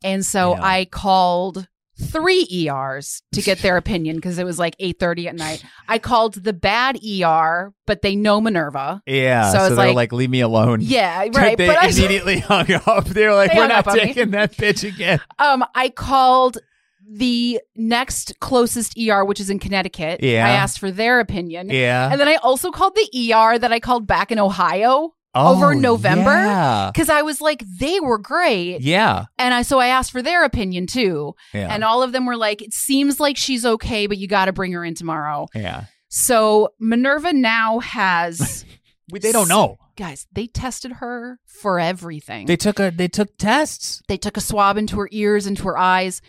Speaker 2: And so
Speaker 1: Yeah.
Speaker 2: I called three ERs to get their opinion because it was like 8.30 at night. I called the bad ER, but they know Minerva.
Speaker 1: yeah,
Speaker 2: so
Speaker 1: so,
Speaker 2: it's
Speaker 1: they're
Speaker 2: like-
Speaker 1: like, "Leave me alone."
Speaker 2: Yeah, right.
Speaker 1: They
Speaker 2: But I,
Speaker 1: immediately hung up. They were like,
Speaker 2: They
Speaker 1: "We're
Speaker 2: hung
Speaker 1: not
Speaker 2: up on me.
Speaker 1: taking that bitch again."
Speaker 2: um, I called the next closest ER, which is in Connecticut.
Speaker 1: Yeah.
Speaker 2: I asked for their opinion.
Speaker 1: Yeah.
Speaker 2: And then I also called the ER that I called back in Ohio over
Speaker 1: Oh,
Speaker 2: November?
Speaker 1: Yeah.
Speaker 2: because I was like, they were great.
Speaker 1: Yeah.
Speaker 2: And I, so I asked for their opinion too.
Speaker 1: Yeah.
Speaker 2: And all of them were like, it seems like she's okay, but you got to bring her in tomorrow.
Speaker 1: yeah.
Speaker 2: So Minerva now has,
Speaker 1: We- They don't know.
Speaker 2: guys, they tested her for everything.
Speaker 1: They took a. They took tests.
Speaker 2: They took a swab into her ears, into her eyes.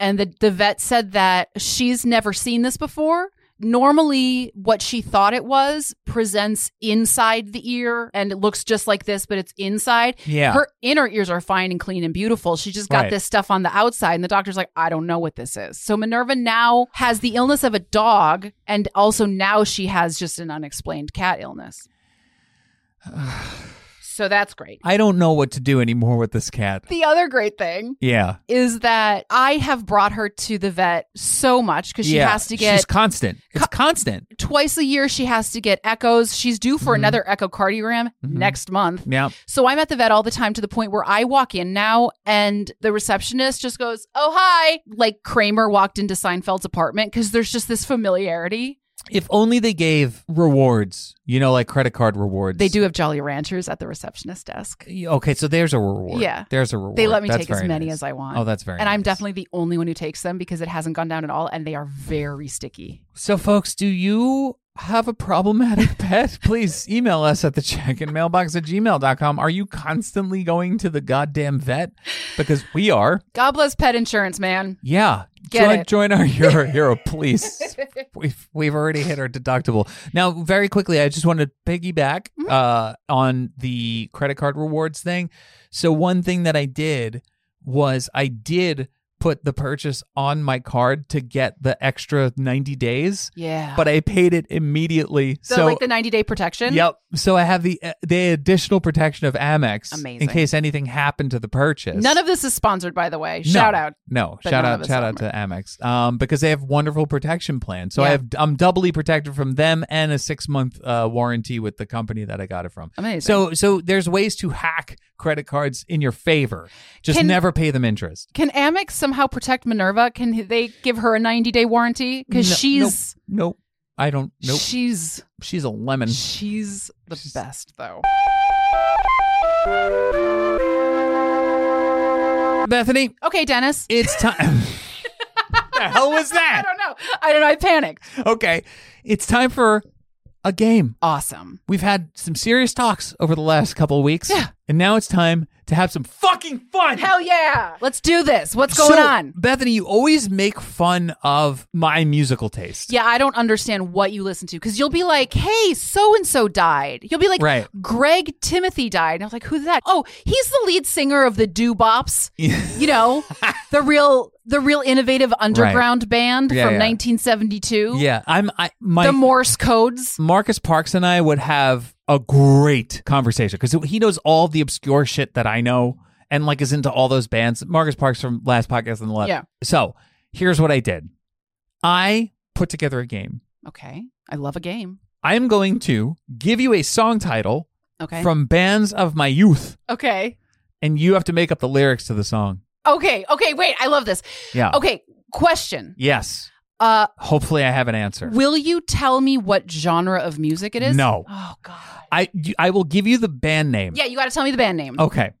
Speaker 2: And the, the vet said that she's never seen this before. Normally, what she thought it was presents inside the ear and it looks just like this, but it's inside.
Speaker 1: Yeah.
Speaker 2: Her inner ears are fine and clean and beautiful. She just got
Speaker 1: Right.
Speaker 2: this stuff on the outside, and the doctor's like, I don't know what this is. So Minerva now has the illness of a dog, and also now she has just an unexplained cat illness. so that's great.
Speaker 1: I don't know what to do anymore with this cat.
Speaker 2: The other great thing
Speaker 1: Yeah.
Speaker 2: is that I have brought her to the vet so much because she
Speaker 1: yeah.
Speaker 2: has to get
Speaker 1: She's constant. It's constant.
Speaker 2: twice a year, she has to get echoes. She's due for
Speaker 1: Mhm.
Speaker 2: another echocardiogram
Speaker 1: Mhm.
Speaker 2: next month.
Speaker 1: Yeah.
Speaker 2: So I'm at the vet all the time to the point where I walk in now and the receptionist just goes, Oh, hi. Like Kramer walked into Seinfeld's apartment because there's just this familiarity.
Speaker 1: If only they gave rewards, you know, like credit card rewards.
Speaker 2: They do have Jolly Ranchers at the receptionist desk.
Speaker 1: Okay, so there's a reward.
Speaker 2: Yeah.
Speaker 1: There's a reward.
Speaker 2: They let me
Speaker 1: That's
Speaker 2: take as
Speaker 1: very
Speaker 2: many
Speaker 1: nice.
Speaker 2: as I want.
Speaker 1: Oh, that's very
Speaker 2: and I'm
Speaker 1: nice.
Speaker 2: definitely the only one who takes them because it hasn't gone down at all and they are very sticky.
Speaker 1: So, folks, do you have a problematic pet? Please email us at the check in mailbox at gmail.com. Are you constantly going to the goddamn vet? Because we are.
Speaker 2: God bless pet insurance, man.
Speaker 1: Yeah.
Speaker 2: Get
Speaker 1: join,
Speaker 2: it.
Speaker 1: join our hero, hero please. We've we've already hit our deductible. Now, very quickly, I just want to piggyback
Speaker 2: Mm-hmm.
Speaker 1: uh, on the credit card rewards thing. So one thing that I did was I did put the purchase on my card to get the extra 90 days,
Speaker 2: Yeah.
Speaker 1: but I paid it immediately.
Speaker 2: so,
Speaker 1: So,
Speaker 2: like the 90 day protection.
Speaker 1: Yep. So I have the uh, the additional protection of Amex in
Speaker 2: Amazing.
Speaker 1: case anything happened to the purchase.
Speaker 2: None of this is sponsored, by the way.
Speaker 1: No.
Speaker 2: Shout out.
Speaker 1: No,
Speaker 2: But
Speaker 1: shout
Speaker 2: none of
Speaker 1: out,
Speaker 2: us
Speaker 1: shout
Speaker 2: are.
Speaker 1: out to Amex, um, because they have wonderful protection plans. So I
Speaker 2: Yeah.
Speaker 1: have, I'm doubly protected from them and a six month uh, warranty with the company that I got it from.
Speaker 2: Amazing.
Speaker 1: So, so there's ways to hack credit cards in your favor. Just
Speaker 2: Can-
Speaker 1: never pay them interest.
Speaker 2: Can Amex somehow protect Minerva? Can they give her a 90 day warranty? Because
Speaker 1: No,
Speaker 2: she's
Speaker 1: Nope. I don't. Nope.
Speaker 2: she's
Speaker 1: She's a lemon.
Speaker 2: she's the
Speaker 1: She's-
Speaker 2: best though.
Speaker 1: Bethany,
Speaker 2: Okay, Dennis.
Speaker 1: it's time. the hell was
Speaker 2: I
Speaker 1: that?
Speaker 2: don't know. I don't know. I panicked.
Speaker 1: Okay. It's time for a game.
Speaker 2: Awesome.
Speaker 1: We've had some serious talks over the last couple of weeks.
Speaker 2: Yeah.
Speaker 1: And now it's time to have some fucking fun.
Speaker 2: Hell yeah. Let's do this. What's going
Speaker 1: So,
Speaker 2: on?
Speaker 1: Bethany, you always make fun of my musical taste.
Speaker 2: Yeah, I don't understand what you listen to because you'll be like, hey, so and so died. You'll be like,
Speaker 1: Right.
Speaker 2: Greg Timothy died. And I was like, who's that? Oh, he's the lead singer of the Do Bops. you know, the real the real innovative underground band
Speaker 1: Yeah,
Speaker 2: from
Speaker 1: yeah.
Speaker 2: 1972.
Speaker 1: Yeah, I'm I my
Speaker 2: The Morse codes.
Speaker 1: Marcus Parks and I would have a great conversation because he knows all the obscure shit that I know and like is into all those bands. Marcus Parks from last podcast on the left.
Speaker 2: Yeah.
Speaker 1: So here's what I did. I put together a game.
Speaker 2: Okay. I love a game.
Speaker 1: I am going to give you a song title
Speaker 2: Okay.
Speaker 1: from bands of my youth,
Speaker 2: okay.
Speaker 1: and you have to make up the lyrics to the song.
Speaker 2: Okay. Okay. Wait, I love this.
Speaker 1: Yeah.
Speaker 2: Okay. Question.
Speaker 1: Yes.
Speaker 2: Uh,
Speaker 1: Hopefully, I have an answer.
Speaker 2: will you tell me what genre of music it is?
Speaker 1: No.
Speaker 2: Oh, God.
Speaker 1: I you- I will give you the band name.
Speaker 2: Yeah, you got to tell me the band name.
Speaker 1: Okay.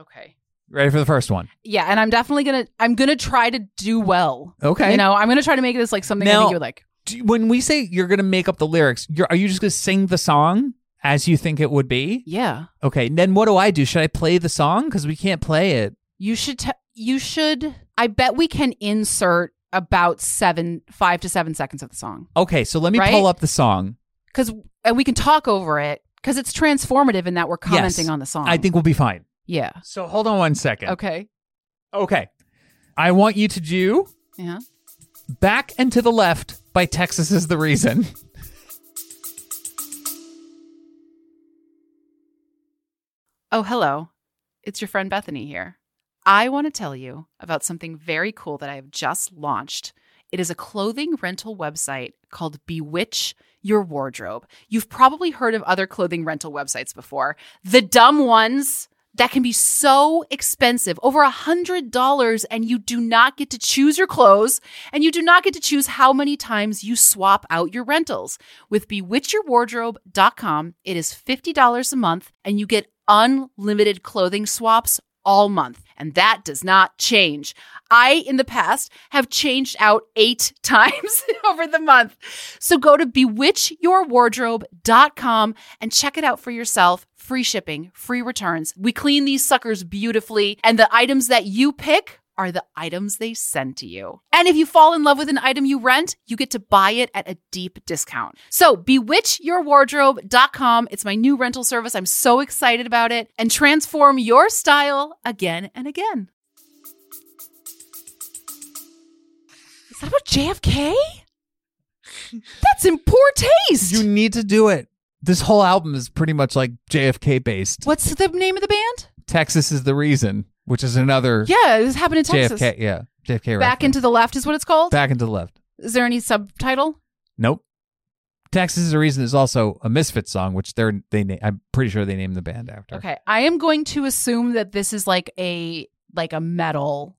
Speaker 2: Okay.
Speaker 1: Ready for the first one?
Speaker 2: Yeah, and I'm definitely gonna I'm gonna try to do well.
Speaker 1: Okay.
Speaker 2: You know, I'm gonna try to make this like something I
Speaker 1: Now-
Speaker 2: think you would like.
Speaker 1: Do- when we say you're going to make up the lyrics, you're, are you just going to sing the song as you think it would be?
Speaker 2: Yeah,
Speaker 1: Okay. Then what do I do? Should I play the song? Because we can't play it.
Speaker 2: you should. T- you should. I bet we can insert about seven, five to seven seconds of the song
Speaker 1: Okay. So let me
Speaker 2: Right?
Speaker 1: pull up the song.
Speaker 2: because and we can talk over it because it's transformative in that we're
Speaker 1: Yes.
Speaker 2: commenting on the song.
Speaker 1: I think we'll be fine.
Speaker 2: Yeah.
Speaker 1: So hold on one second.
Speaker 2: Okay.
Speaker 1: Okay. I want you to do
Speaker 2: Yeah.
Speaker 1: Back and to the Left by Texas is the Reason.
Speaker 2: Oh, hello. It's your friend Bethany here. I want to tell you about something very cool that I have just launched. It is a clothing rental website called Bewitch Your Wardrobe. You've probably heard of other clothing rental websites before, the dumb ones that can be so expensive, over a $100, and you do not get to choose your clothes and you do not get to choose how many times you swap out your rentals. With bewitchyourwardrobe.com, it is $50 a month and you get unlimited clothing swaps all month. And that does not change. I, in the past, have changed out eight times over the month. So go to bewitchyourwardrobe.com and check it out for yourself. Free shipping, free returns. We clean these suckers beautifully, and the items that you pick are the items they send to you. And if you fall in love with an item you rent, you get to buy it at a deep discount. So bewitchyourwardrobe.com. It's my new rental service. I'm so excited about it. And transform your style again and again. Is that about JFK? That's in poor taste.
Speaker 1: You need to do it. This whole album is pretty much like JFK based.
Speaker 2: What's the name of the band?
Speaker 1: Texas is the Reason, which is another
Speaker 2: Yeah, this happened in Texas.
Speaker 1: JFK. Yeah. JFK.
Speaker 2: Back
Speaker 1: reference.
Speaker 2: into the left is what it's called.
Speaker 1: Back and to the Left.
Speaker 2: Is there any subtitle?
Speaker 1: Nope. Texas is a reason is also a Misfit song, which they're they na- I'm pretty sure they named the band after.
Speaker 2: Okay, I am going to assume that this is like a like a metal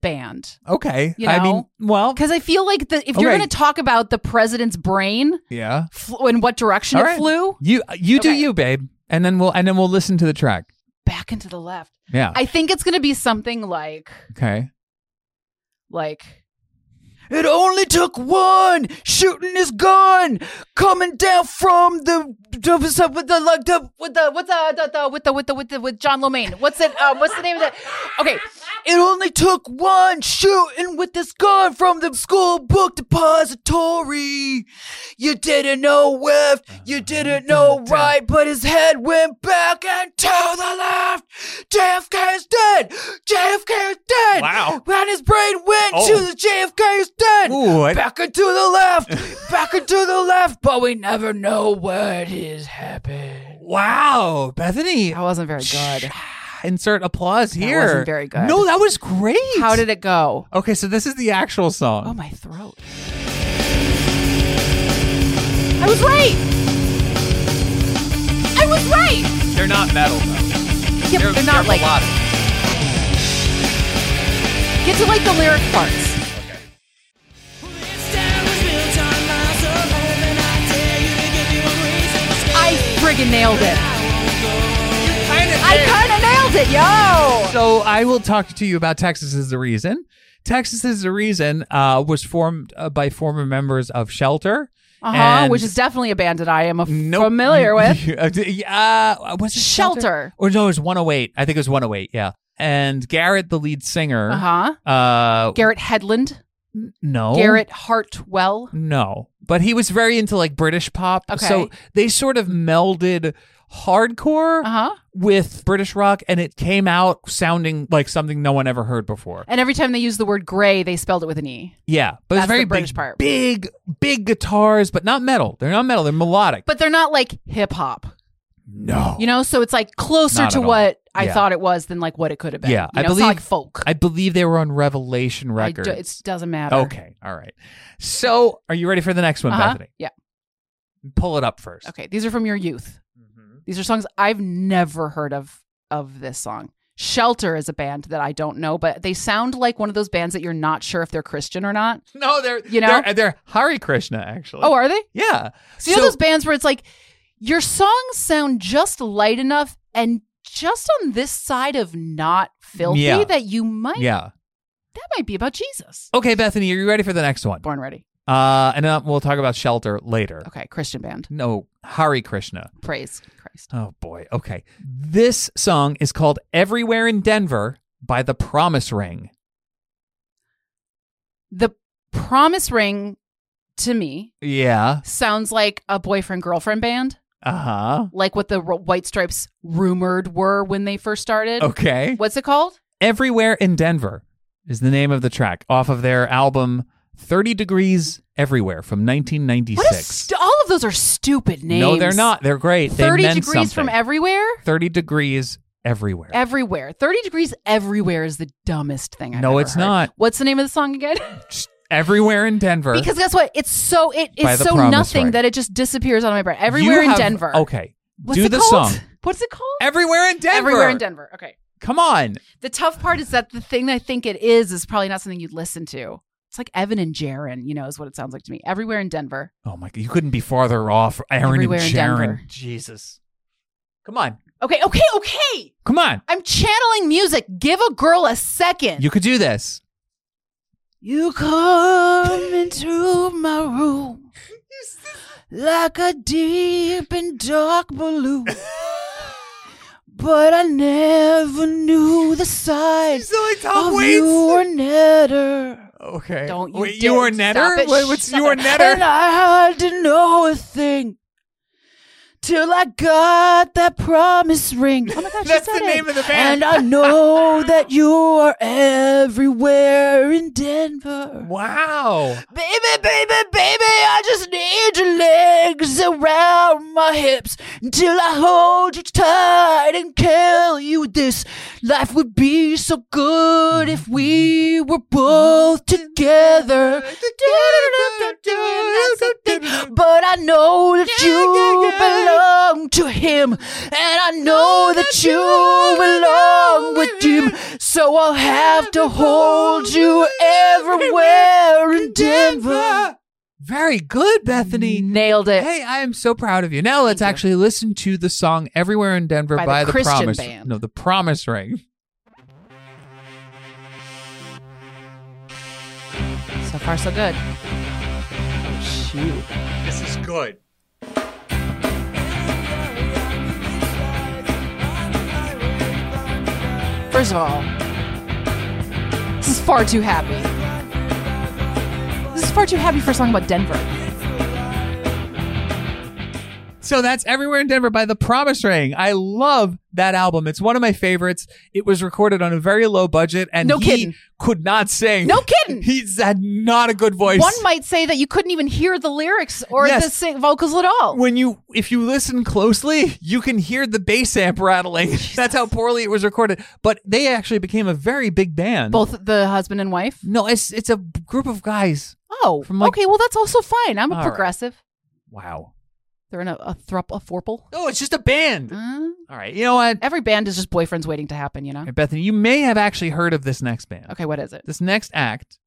Speaker 2: band
Speaker 1: Okay.
Speaker 2: You
Speaker 1: I mean,
Speaker 2: know?
Speaker 1: well,
Speaker 2: because I feel like the, if you're
Speaker 1: Okay.
Speaker 2: going to talk about the president's brain
Speaker 1: yeah.
Speaker 2: fl- and what direction
Speaker 1: All
Speaker 2: it
Speaker 1: right.
Speaker 2: flew,
Speaker 1: You you do
Speaker 2: Okay.
Speaker 1: you, babe, and then we'll and then we'll listen to the track.
Speaker 2: back into the left.
Speaker 1: Yeah.
Speaker 2: I think it's going to be something like
Speaker 1: okay.
Speaker 2: like
Speaker 4: It only took one shooting his gun coming down from the what's up with the like the
Speaker 2: with the with the, the, the with the with the with the with John Lomain. What's it? Um, what's the name of that? Okay,
Speaker 4: it only took one shooting with this gun from the school book depository. You didn't know left,
Speaker 1: Uh,
Speaker 4: you didn't know right, but his head went back and to the left. JFK is dead. JFK is dead.
Speaker 1: Wow.
Speaker 4: And his brain went
Speaker 1: Oh.
Speaker 4: to the JFK is dead.
Speaker 1: Ooh, I-
Speaker 4: back and to the left, back and to the left, but we never know what is happened.
Speaker 1: Wow, Bethany.
Speaker 2: that wasn't very good.
Speaker 1: Insert applause here.
Speaker 2: wasn't very good.
Speaker 1: No, that was great.
Speaker 2: How did it go?
Speaker 1: Okay, so this is the actual song.
Speaker 2: Oh my throat. I was right. I was right.
Speaker 1: They're not metal though.
Speaker 2: Yeah,
Speaker 1: they're,
Speaker 2: but they're not like-
Speaker 1: melodic.
Speaker 2: Get to like the lyric parts. I friggin' nailed it. I kind of nailed it, yo.
Speaker 1: So I will talk to you about Texas is the reason. Texas is the reason uh, was formed uh, by former members of Shelter.
Speaker 2: Uh huh.
Speaker 1: And-
Speaker 2: Which is definitely a band that I am a-
Speaker 1: Nope.
Speaker 2: familiar with.
Speaker 1: uh, was it
Speaker 2: Shelter.
Speaker 1: Or no, it was 108. I think it was 108. Yeah. And Garrett, the lead singer.
Speaker 2: Uh huh.
Speaker 1: Uh,
Speaker 2: Garrett Headland.
Speaker 1: n- no.
Speaker 2: Garrett Hartwell.
Speaker 1: No, but he was very into like British pop.
Speaker 2: Okay.
Speaker 1: So they sort of melded hardcore
Speaker 2: Uh huh.
Speaker 1: with British rock, and it came out sounding like something no one ever heard before.
Speaker 2: And every time they used the word gray, they spelled it with an E.
Speaker 1: Yeah, but
Speaker 2: That's
Speaker 1: it's very
Speaker 2: the British
Speaker 1: big,
Speaker 2: part.
Speaker 1: big, big guitars, but not metal. They're not metal. They're melodic.
Speaker 2: But they're not like hip hop,
Speaker 1: no,
Speaker 2: you know? So it's like closer
Speaker 1: Not
Speaker 2: to
Speaker 1: at all.
Speaker 2: what I
Speaker 1: Yeah.
Speaker 2: thought it was than like what it could have been.
Speaker 1: Yeah,
Speaker 2: You
Speaker 1: I
Speaker 2: know, it's not like
Speaker 1: believe-
Speaker 2: folk.
Speaker 1: I believe they were on Revelation
Speaker 2: I do-
Speaker 1: Records.
Speaker 2: it doesn't matter.
Speaker 1: okay, all right. So, are you ready for the next one,
Speaker 2: Uh-huh.
Speaker 1: Bethany?
Speaker 2: Yeah.
Speaker 1: Pull it up first.
Speaker 2: Okay. These are from your youth.
Speaker 1: Mhm.
Speaker 2: These are songs I've never heard of of this song. Shelter is a band that I don't know, but they sound like one of those bands that you're not sure if they're Christian or not.
Speaker 1: No, they're
Speaker 2: You know?
Speaker 1: they're, they're Hare Krishna actually.
Speaker 2: Oh, are they?
Speaker 1: yeah.
Speaker 2: So you know those bands where it's like your songs sound just light enough and just on this side of not filthy
Speaker 1: Yeah.
Speaker 2: that you might
Speaker 1: yeah.
Speaker 2: that might be about Jesus.
Speaker 1: Okay, Bethany, are you ready for the next one?
Speaker 2: Born ready.
Speaker 1: Uh, and uh, we'll talk about Shelter later.
Speaker 2: Okay, Christian band.
Speaker 1: No, Hare Krishna.
Speaker 2: Praise Christ.
Speaker 1: Oh boy. Okay. This song is called Everywhere in Denver by The Promise Ring.
Speaker 2: The promise ring to me
Speaker 1: Yeah.
Speaker 2: sounds like a boyfriend girlfriend band.
Speaker 1: Uh-huh.
Speaker 2: like what the Ro- White Stripes rumored were when they first started.
Speaker 1: Okay.
Speaker 2: What's it called?
Speaker 1: Everywhere in Denver is the name of the track off of their album 30 Degrees Everywhere from
Speaker 2: What a
Speaker 1: 1996.
Speaker 2: st- all of those are stupid names.
Speaker 1: no, they're not. They're great. They
Speaker 2: Thirty
Speaker 1: meant
Speaker 2: degrees from
Speaker 1: something.
Speaker 2: everywhere.
Speaker 1: 30 Degrees Everywhere.
Speaker 2: Everywhere. Thirty degrees everywhere is the dumbest thing I've
Speaker 1: No,
Speaker 2: ever
Speaker 1: it's
Speaker 2: heard.
Speaker 1: not.
Speaker 2: What's the name of the song again?
Speaker 1: Everywhere in Denver.
Speaker 2: because guess what? It's so it
Speaker 1: By
Speaker 2: is
Speaker 1: the
Speaker 2: so
Speaker 1: Promise
Speaker 2: nothing
Speaker 1: Ring.
Speaker 2: that it just disappears out of my brain.
Speaker 1: You
Speaker 2: Everywhere in
Speaker 1: have-
Speaker 2: Denver.
Speaker 1: Okay.
Speaker 2: What's
Speaker 1: do
Speaker 2: it
Speaker 1: the
Speaker 2: called?
Speaker 1: song.
Speaker 2: What's it called?
Speaker 1: Everywhere in Denver.
Speaker 2: Everywhere in Denver. Okay.
Speaker 1: Come on.
Speaker 2: The tough part is that the thing that I think it is is probably not something you'd listen to. It's like Evan and Jaron, you know, is what it sounds like to me. Everywhere in Denver.
Speaker 1: Oh my god, you couldn't be farther off, Aaron
Speaker 2: Everywhere in
Speaker 1: and Sharon.
Speaker 2: Denver.
Speaker 1: Jesus. Come on.
Speaker 2: Okay, okay, okay.
Speaker 1: Come on.
Speaker 2: I'm channeling music. Give a girl a second.
Speaker 1: You could do this.
Speaker 2: You come into my room like a deep and dark blue. But I never knew the side
Speaker 1: like
Speaker 2: of Oh, you were netter.
Speaker 1: Okay.
Speaker 2: Don't you
Speaker 1: Wait,
Speaker 2: dare
Speaker 1: you were
Speaker 2: stop
Speaker 1: netter?
Speaker 2: it.
Speaker 1: What- what's
Speaker 2: Stop
Speaker 1: you were
Speaker 2: it.
Speaker 1: netter?
Speaker 4: And I had to know a thing till I got that promise ring.
Speaker 2: Oh my gosh,
Speaker 1: That's the name of the band.
Speaker 4: And I know that you are everywhere in Denver.
Speaker 1: wow.
Speaker 4: Baby, baby, baby, I just need your legs around my hips until I hold you tight and kill you with this. Life would be so good if we were both together. But I know that you belong to him, and I know that you belong with him. So I'll have to hold you everywhere in Denver.
Speaker 1: Very good, Bethany.
Speaker 2: Nailed it.
Speaker 1: Hey, I am so proud of you. Now let's
Speaker 2: Thank you.
Speaker 1: actually listen to the song Everywhere in Denver
Speaker 2: By
Speaker 1: by,
Speaker 2: the
Speaker 1: the,
Speaker 2: Christian
Speaker 1: Promise
Speaker 2: Band.
Speaker 1: No, the Promise Ring.
Speaker 2: So far, so good. Shoot.
Speaker 1: This is good.
Speaker 2: First of all, this is far too happy. This is far too happy for a song about Denver.
Speaker 1: So that's Everywhere in Denver by The Promise Ring. I love that album. It's one of my favorites. It was recorded on a very low budget and
Speaker 2: No
Speaker 1: he
Speaker 2: kidding.
Speaker 1: could not sing.
Speaker 2: No kidding.
Speaker 1: He's had not a good voice.
Speaker 2: One might say that you couldn't even hear the lyrics or
Speaker 1: Yes.
Speaker 2: the sing- vocals at all.
Speaker 1: when you if you listen closely, you can hear the bass amp rattling. That's how poorly it was recorded. But they actually became a very big band.
Speaker 2: Both the husband and wife.
Speaker 1: No, it's it's a group of guys.
Speaker 2: Oh,
Speaker 1: From like-
Speaker 2: okay. Well, that's also fine. I'm a
Speaker 1: All right.
Speaker 2: progressive.
Speaker 1: Wow.
Speaker 2: They're in a, a thruple, a forple.
Speaker 1: Oh, it's just a band.
Speaker 2: Uh,
Speaker 1: All right. You know what?
Speaker 2: every band is just boyfriends waiting to happen, you know?
Speaker 1: Hey, Bethany, you may have actually heard of this next band.
Speaker 2: Okay, what is it?
Speaker 1: This next act.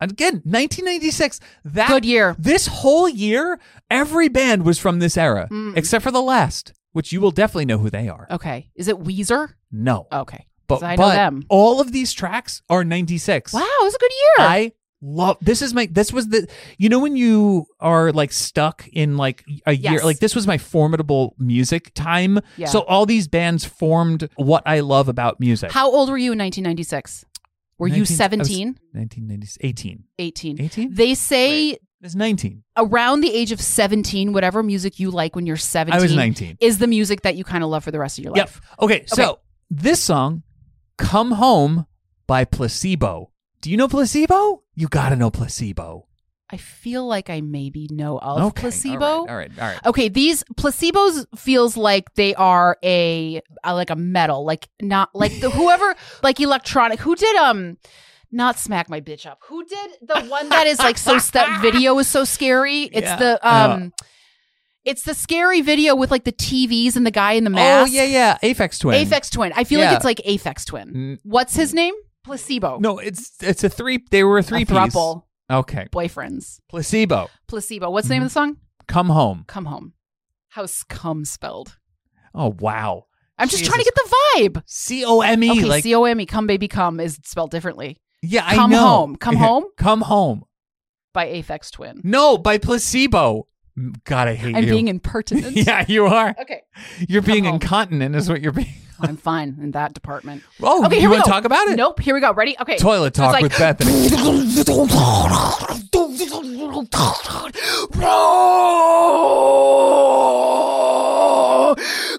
Speaker 1: And again, 1996. That
Speaker 2: Good year.
Speaker 1: This whole year, every band was from this era,
Speaker 2: Mm.
Speaker 1: except for the last, which you will definitely know who they are.
Speaker 2: Okay. Is it Weezer?
Speaker 1: No.
Speaker 2: Okay. Oh, 'Cause
Speaker 1: but
Speaker 2: I know
Speaker 1: but Oh,
Speaker 2: them.
Speaker 1: all of these tracks are 96.
Speaker 2: Wow, it was a good year.
Speaker 1: I love this is my this was the you know when you are like stuck in like a year
Speaker 2: Yes.
Speaker 1: like this was my formidable music time.
Speaker 2: Yeah.
Speaker 1: So all these bands formed what I love about music.
Speaker 2: How old were you in 1996? Were you
Speaker 1: 19 I was-
Speaker 2: 17?
Speaker 1: 1990s 18.
Speaker 2: 18.
Speaker 1: 18?
Speaker 2: They say
Speaker 1: It's 19.
Speaker 2: around the age of 17, whatever music you like when you're 17
Speaker 1: I was 19.
Speaker 2: is the music that you kind of love for the rest of your
Speaker 1: Yep.
Speaker 2: life.
Speaker 1: Okay, so this song Come Home by Placebo. Do you know Placebo? You got to know Placebo.
Speaker 2: I feel like I maybe know of
Speaker 1: okay.
Speaker 2: placebo.
Speaker 1: All right. All right. All right.
Speaker 2: Okay, these placebos feels like they are a uh, like a metal, like not like the whoever like electronic who did um not smack my bitch up. Who did the one that is like so that video is so scary? It's
Speaker 1: Yeah. Uh,
Speaker 2: the um it's the scary video with like the TVs and the guy in the mask.
Speaker 1: Oh, yeah, yeah. Aphex Twin.
Speaker 2: Aphex Twin. I feel
Speaker 1: Yeah.
Speaker 2: like it's like Aphex Twin.
Speaker 1: N-
Speaker 2: What's his name? Placebo.
Speaker 1: No, it's it's a three they were a
Speaker 2: three
Speaker 1: three
Speaker 2: a
Speaker 1: piece.
Speaker 2: throuple
Speaker 1: Okay.
Speaker 2: boyfriends.
Speaker 1: Placebo.
Speaker 2: Placebo. What's the name of
Speaker 1: Mm-hmm.
Speaker 2: the song?
Speaker 1: Come Home.
Speaker 2: Come home. How's cum spelled?
Speaker 1: Oh, wow.
Speaker 2: I'm just trying to get the vibe.
Speaker 1: C O M E
Speaker 2: Okay,
Speaker 1: like
Speaker 2: C O M E, come baby come is spelled differently
Speaker 1: Yeah, I
Speaker 2: Come
Speaker 1: know.
Speaker 2: Home. Come Home?
Speaker 1: Come Home.
Speaker 2: by Aphex Twin.
Speaker 1: No, by Placebo. Mm, God, I hate
Speaker 2: I'm
Speaker 1: you.
Speaker 2: being impertinent.
Speaker 1: yeah, you are.
Speaker 2: Okay,
Speaker 1: You're being
Speaker 2: Home.
Speaker 1: incontinent is what you're being.
Speaker 2: I'm fine in that department.
Speaker 1: Oh,
Speaker 2: Okay,
Speaker 1: you
Speaker 2: here we
Speaker 1: want
Speaker 2: go.
Speaker 1: to talk about it?
Speaker 2: Nope. Here we go. Ready? Okay.
Speaker 1: Toilet
Speaker 2: So it's
Speaker 1: talk
Speaker 2: like- "Oh,
Speaker 1: with Bethany.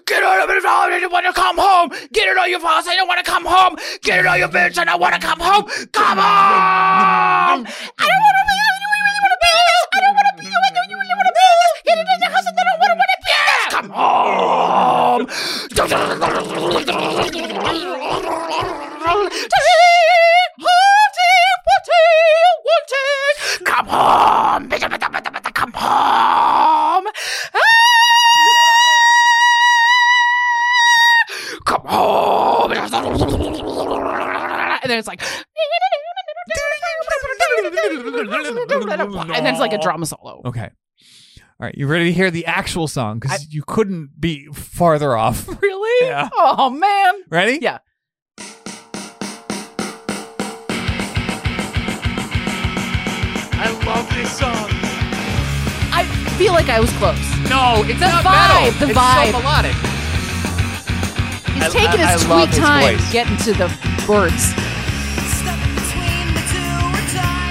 Speaker 4: Get out of it, I don't want to come home. Get it out of your house, I don't want to come home. Get it out of your bitch, I don't want to come home. Come home. I don't want to be with you, you really want to be with us. I don't want to be with you, you really want to be with us. Get it in the house, and I don't want to want to be with us. Come home. Come home. Come home. Ah! Come home.
Speaker 2: and then it's like, and then it's like a drama solo.
Speaker 1: Okay. All right, you ready to hear the actual song? Because you couldn't be farther off.
Speaker 2: Really?
Speaker 1: Yeah.
Speaker 2: Oh man.
Speaker 1: Ready?
Speaker 2: Yeah.
Speaker 3: I love this song.
Speaker 2: I feel like I was close.
Speaker 1: No, it's
Speaker 2: The
Speaker 1: not
Speaker 2: vibe,
Speaker 1: metal.
Speaker 2: the
Speaker 1: It's
Speaker 2: vibe.
Speaker 1: so melodic.
Speaker 2: He's
Speaker 1: I-
Speaker 2: taking
Speaker 1: I-
Speaker 2: his
Speaker 1: I love
Speaker 2: sweet
Speaker 1: his
Speaker 2: time
Speaker 1: voice.
Speaker 2: getting to the words.
Speaker 5: Stuck between the two, which I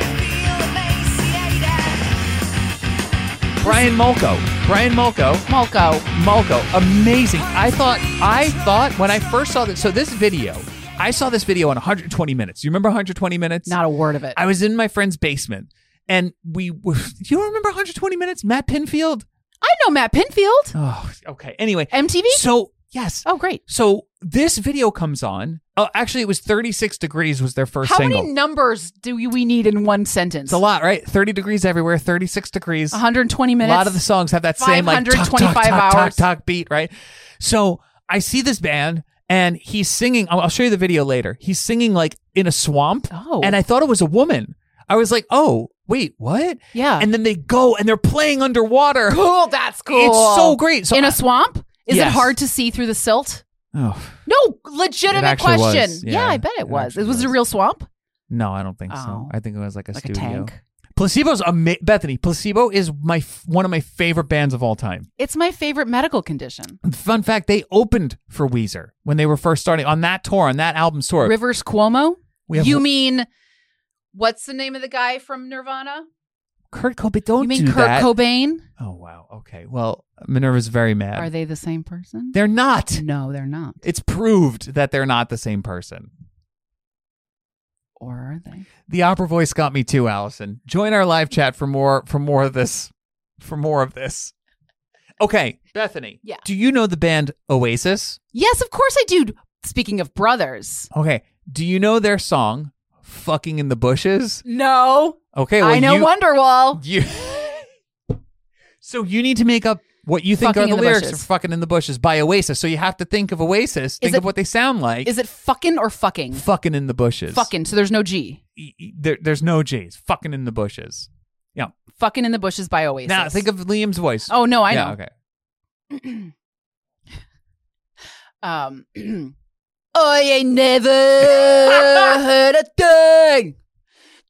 Speaker 5: feel emaciated.
Speaker 1: Brian Molko. Brian Molko.
Speaker 2: Malco.
Speaker 1: Malco, amazing. I thought, I thought when I first saw this, so this video, I saw this video on 120 minutes. You remember 120 minutes?
Speaker 2: Not a word of it.
Speaker 1: I was in my friend's basement and we were, do you remember 120 minutes? Matt Pinfield?
Speaker 2: I know Matt Pinfield.
Speaker 1: Oh, okay. Anyway,
Speaker 2: MTV?
Speaker 1: so yes.
Speaker 2: Oh, great.
Speaker 1: So this video comes on. Oh, actually, it was 36 degrees was their first
Speaker 2: How
Speaker 1: single.
Speaker 2: many numbers do you- we need in one sentence?
Speaker 1: it's a lot, right? 30 degrees everywhere, 36 degrees.
Speaker 2: 120 minutes.
Speaker 1: A lot of the songs have that same like talk, talk,
Speaker 2: 525
Speaker 1: talk, talk,
Speaker 2: hours.
Speaker 1: talk beat, right? So I see this band and he's singing. I'll I'll show you the video later. He's singing like in a swamp,
Speaker 2: Oh.
Speaker 1: and I thought it was a woman. I was like, oh wait, what?
Speaker 2: Yeah.
Speaker 1: And then they go and they're playing underwater.
Speaker 2: cool. That's cool.
Speaker 1: It's so great. So
Speaker 2: in
Speaker 1: I-
Speaker 2: a swamp? Is it
Speaker 1: Yes.
Speaker 2: hard to see through the silt?
Speaker 1: oh,
Speaker 2: No, legitimate
Speaker 1: actually was,
Speaker 2: question.
Speaker 1: yeah.
Speaker 2: Yeah. I bet it
Speaker 1: It
Speaker 2: was.
Speaker 1: actually
Speaker 2: It was, a
Speaker 1: was.
Speaker 2: real swamp,
Speaker 1: no, I don't think so.
Speaker 2: Oh.
Speaker 1: I think it was like a
Speaker 2: like
Speaker 1: studio.
Speaker 2: a tank.
Speaker 1: Placebo's ama- Bethany. Placebo is my f- one of my favorite bands of all time.
Speaker 2: It's my favorite medical condition.
Speaker 1: Fun fact: they opened for Weezer when they were first starting on that tour, on that album tour.
Speaker 2: Rivers Cuomo?
Speaker 1: We have
Speaker 2: you mean what's the name of the guy from Nirvana?
Speaker 1: Kurt Cobain. Don't
Speaker 2: you mean
Speaker 1: do
Speaker 2: Kurt
Speaker 1: that.
Speaker 2: Cobain?
Speaker 1: Oh wow. Okay. Well, Minerva's very mad.
Speaker 2: Are they the same person?
Speaker 1: They're not.
Speaker 2: no, they're not.
Speaker 1: It's proved that they're not the same person.
Speaker 2: Or are they?
Speaker 1: The opera voice got me too, Allison. Join our live chat for more for more of this. For more of this. Okay, Bethany.
Speaker 2: Yeah.
Speaker 1: Do you know the band Oasis?
Speaker 2: Yes, of course I do. Speaking of brothers.
Speaker 1: Okay. Do you know their song "Fucking in the Bushes"?
Speaker 2: No.
Speaker 1: Okay. Well,
Speaker 2: I know
Speaker 1: you,
Speaker 2: Wonderwall.
Speaker 1: You. so you need to make up What you think
Speaker 2: Fucking
Speaker 1: are the,
Speaker 2: in the
Speaker 1: lyrics
Speaker 2: bushes.
Speaker 1: for "Fucking in the Bushes" by Oasis. So you have to think of Oasis. Think
Speaker 2: it-
Speaker 1: of what they sound like.
Speaker 2: Is it fucking or fucking?
Speaker 1: "Fucking in the Bushes"?
Speaker 2: Fucking. So there's no G.
Speaker 1: E- e- There, there's no J's. "Fucking in the Bushes." Yeah.
Speaker 2: Fucking in the bushes by Oasis.
Speaker 1: Now think of Liam's voice.
Speaker 2: Oh no, I
Speaker 1: yeah,
Speaker 2: know.
Speaker 1: Okay.
Speaker 2: Um, I ain't never heard a thing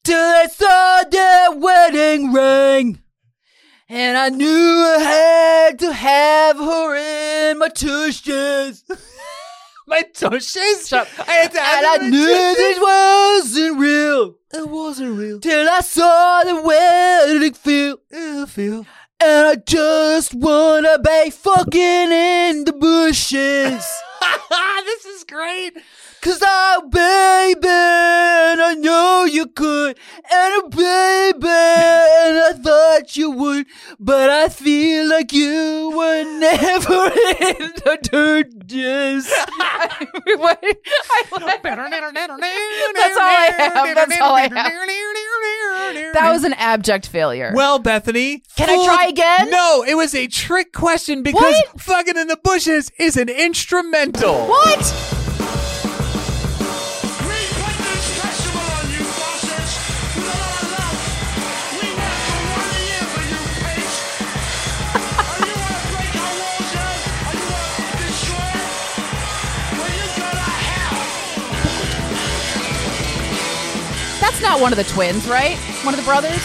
Speaker 2: till I saw that wedding ring, and I knew I had to have her in my tushes.
Speaker 1: My tushes. I had to
Speaker 2: And I knew this wasn't real
Speaker 1: it wasn't real.
Speaker 2: till I saw the wedding field.
Speaker 1: feel.
Speaker 2: And I just wanna be fucking in the bushes.
Speaker 1: this is great.
Speaker 2: Cause I, baby, and I know you could, and a baby, and I thought you would, but I feel like you were never in the dirtiest.
Speaker 1: That's
Speaker 2: all I have. That's all I
Speaker 1: have.
Speaker 2: that was an abject failure.
Speaker 1: Well, Bethany.
Speaker 2: Can I try again?
Speaker 1: No, it was a trick question because Fucking in the Bushes is an instrumental.
Speaker 2: what?
Speaker 5: We put this festival on you bosses with a lot of love. We work for one year for you pigs. Are you wanna break our walls down? Are you wanna destroy it? Well you gotta hell.
Speaker 2: That's not one of the twins, right? One of the brothers?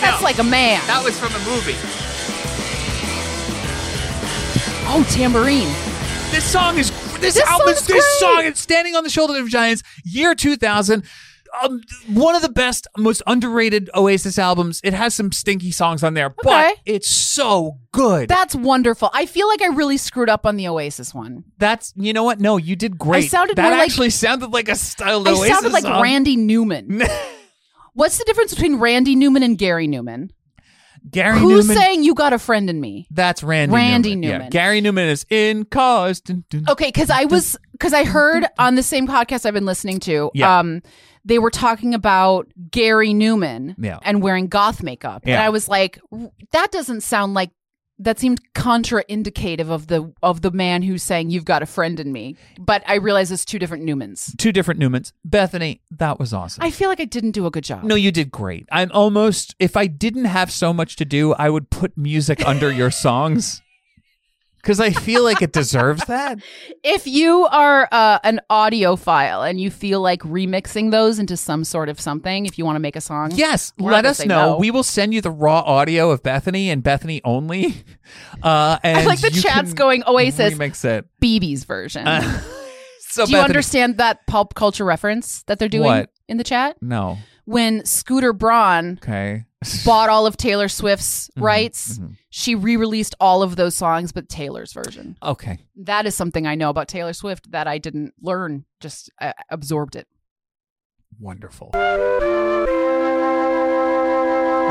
Speaker 2: That's like a man.
Speaker 1: That was from a movie.
Speaker 2: oh, tambourine.
Speaker 1: This song is this,
Speaker 2: This
Speaker 1: album
Speaker 2: song's
Speaker 1: this
Speaker 2: great.
Speaker 1: song is standing on the shoulders of giants. Year two thousand. Um, one of the best, most underrated Oasis albums. It has some stinky songs on there, but
Speaker 2: Okay.
Speaker 1: it's so good.
Speaker 2: That's wonderful. I feel like I really screwed up on the Oasis one.
Speaker 1: That's you know what? No, you did great.
Speaker 2: sounded
Speaker 1: that
Speaker 2: more like-
Speaker 1: actually sounded like a style
Speaker 2: I
Speaker 1: Oasis um,
Speaker 2: sounded like
Speaker 1: song.
Speaker 2: Randy Newman. What's the difference between Randy Newman and Gary Newman?
Speaker 1: Gary
Speaker 2: Who's
Speaker 1: Newman.
Speaker 2: saying you got a friend in me?
Speaker 1: That's Randy.
Speaker 2: Randy
Speaker 1: Newman. Yeah,
Speaker 2: Newman. Oh.
Speaker 1: Gary Newman is in cars. Dun, dun.
Speaker 2: Okay, because I was because I heard on the same podcast I've been listening to,
Speaker 1: Yeah.
Speaker 2: um, they were talking about Gary Newman
Speaker 1: Yeah.
Speaker 2: and wearing goth makeup, and
Speaker 1: Yeah.
Speaker 2: I was like, that doesn't sound like that seemed contraindicative of the of the man who's saying you've got a friend in me. But I realize it's two different Newmans.
Speaker 1: Two different Newmans. Bethany, that was awesome.
Speaker 2: I feel like I didn't do a good job.
Speaker 1: no, you did great. I'm almost. If I didn't have so much to do, I would put music under your songs because I feel like it deserves that.
Speaker 2: If you are uh, an audiophile and you feel like remixing those into some sort of something, if you want to make a song,
Speaker 1: Yes,
Speaker 2: We're not
Speaker 1: let
Speaker 2: gonna
Speaker 1: us
Speaker 2: say
Speaker 1: know.
Speaker 2: no.
Speaker 1: We will send you the raw audio of Bethany and Bethany only. Uh, and
Speaker 2: I like the
Speaker 1: you
Speaker 2: chat's
Speaker 1: can
Speaker 2: going Oasis,
Speaker 1: Remix it.
Speaker 2: BB's version.
Speaker 1: So
Speaker 2: Do you
Speaker 1: Bethany-
Speaker 2: understand that pulp culture reference that they're doing
Speaker 1: What?
Speaker 2: in the chat?
Speaker 1: No.
Speaker 2: When Scooter Braun
Speaker 1: Okay.
Speaker 2: bought all of Taylor Swift's
Speaker 1: Mm-hmm.
Speaker 2: rights, she re released all of those songs, but Taylor's version.
Speaker 1: Okay.
Speaker 2: That is something I know about Taylor Swift that I didn't learn, just uh, absorbed it.
Speaker 1: Wonderful.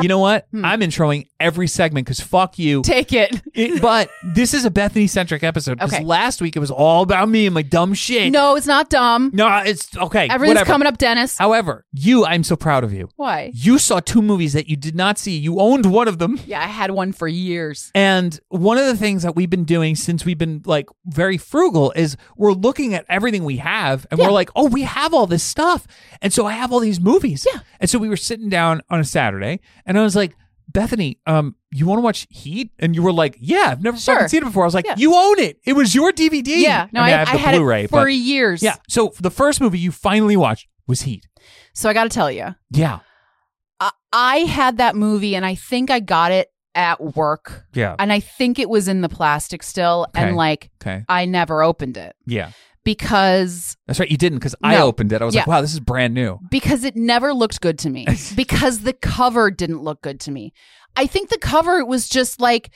Speaker 1: You know what?
Speaker 2: Hmm.
Speaker 1: I'm introing every segment because fuck you.
Speaker 2: Take it.
Speaker 1: It- but this is a Bethany centric episode because
Speaker 2: Okay.
Speaker 1: last week it was all about me and my dumb shit.
Speaker 2: No, it's not dumb.
Speaker 1: no, it's okay.
Speaker 2: Everything's
Speaker 1: whatever.
Speaker 2: coming up, Dennis.
Speaker 1: However, you, I'm so proud of you.
Speaker 2: Why?
Speaker 1: You saw two movies that you did not see. You owned one of them.
Speaker 2: Yeah, I had one for years.
Speaker 1: And one of the things that we've been doing since we've been like very frugal is we're looking at everything we have and we're like, oh, we have all this stuff. And so I have all these movies. Yeah. And so we were sitting down on a Saturday and I was like, Bethany, um, you want to watch Heat? And you were like, Yeah, I've never
Speaker 2: Sure.
Speaker 1: fucking seen it before. I was like,
Speaker 2: Yeah.
Speaker 1: You own it. It was your DVD.
Speaker 2: Yeah, no, I,
Speaker 1: mean,
Speaker 2: I,
Speaker 1: have the
Speaker 2: had
Speaker 1: Blu-ray,
Speaker 2: it for
Speaker 1: but-
Speaker 2: years.
Speaker 1: yeah. So the first movie you finally watched was Heat.
Speaker 2: So I got to tell you,
Speaker 1: Yeah.
Speaker 2: I, I had that movie, and I think I got it at work,
Speaker 1: Yeah.
Speaker 2: and I think it was in the plastic still,
Speaker 1: Okay.
Speaker 2: and like
Speaker 1: okay.
Speaker 2: I never opened it
Speaker 1: Yeah.
Speaker 2: because
Speaker 1: That's right. You didn't because I
Speaker 2: No.
Speaker 1: opened it. I was like,
Speaker 2: Yeah.
Speaker 1: Wow, this is brand new.
Speaker 2: because it never looked good to me because the cover didn't look good to me. I think the cover was just like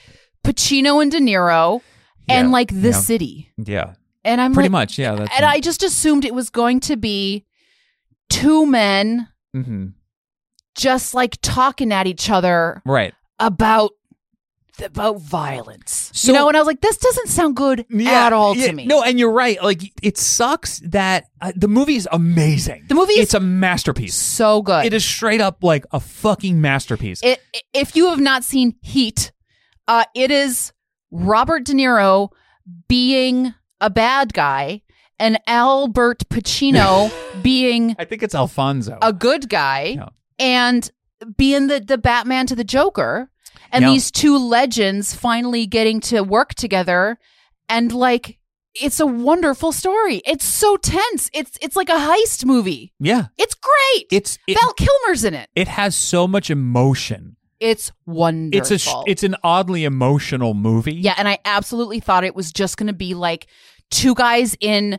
Speaker 2: Pacino and De Niro, and
Speaker 1: Yeah.
Speaker 2: like the
Speaker 1: Yeah.
Speaker 2: city,
Speaker 1: Yeah.
Speaker 2: and I'm
Speaker 1: Pretty
Speaker 2: like,
Speaker 1: much. Yeah. That's
Speaker 2: and I just assumed it was going to be two men
Speaker 1: hmm
Speaker 2: just like talking at each other
Speaker 1: Right.
Speaker 2: about about violence.
Speaker 1: So-
Speaker 2: you know, and I was like, this doesn't sound good at all
Speaker 1: yeah.
Speaker 2: to me.
Speaker 1: No, and you're right. Like it sucks that uh, the movie is amazing.
Speaker 2: The movie is-
Speaker 1: it's a masterpiece.
Speaker 2: so good.
Speaker 1: It is straight up like a fucking masterpiece.
Speaker 2: It- if you have not seen Heat, uh, it is Robert De Niro being a bad guy and Albert Pacino being
Speaker 1: I think it's Alfonso.
Speaker 2: a good guy
Speaker 1: Yeah.
Speaker 2: and being the, the Batman to the Joker and
Speaker 1: Yeah.
Speaker 2: these two legends finally getting to work together and like it's a wonderful story. It's so tense. It's it's like a heist movie.
Speaker 1: yeah,
Speaker 2: It's great.
Speaker 1: it's it,
Speaker 2: Val Kilmer's in it.
Speaker 1: it has so much emotion.
Speaker 2: It's wonderful.
Speaker 1: It's a sh- it's an oddly emotional movie.
Speaker 2: Yeah, and I absolutely thought it was just going to be like two guys in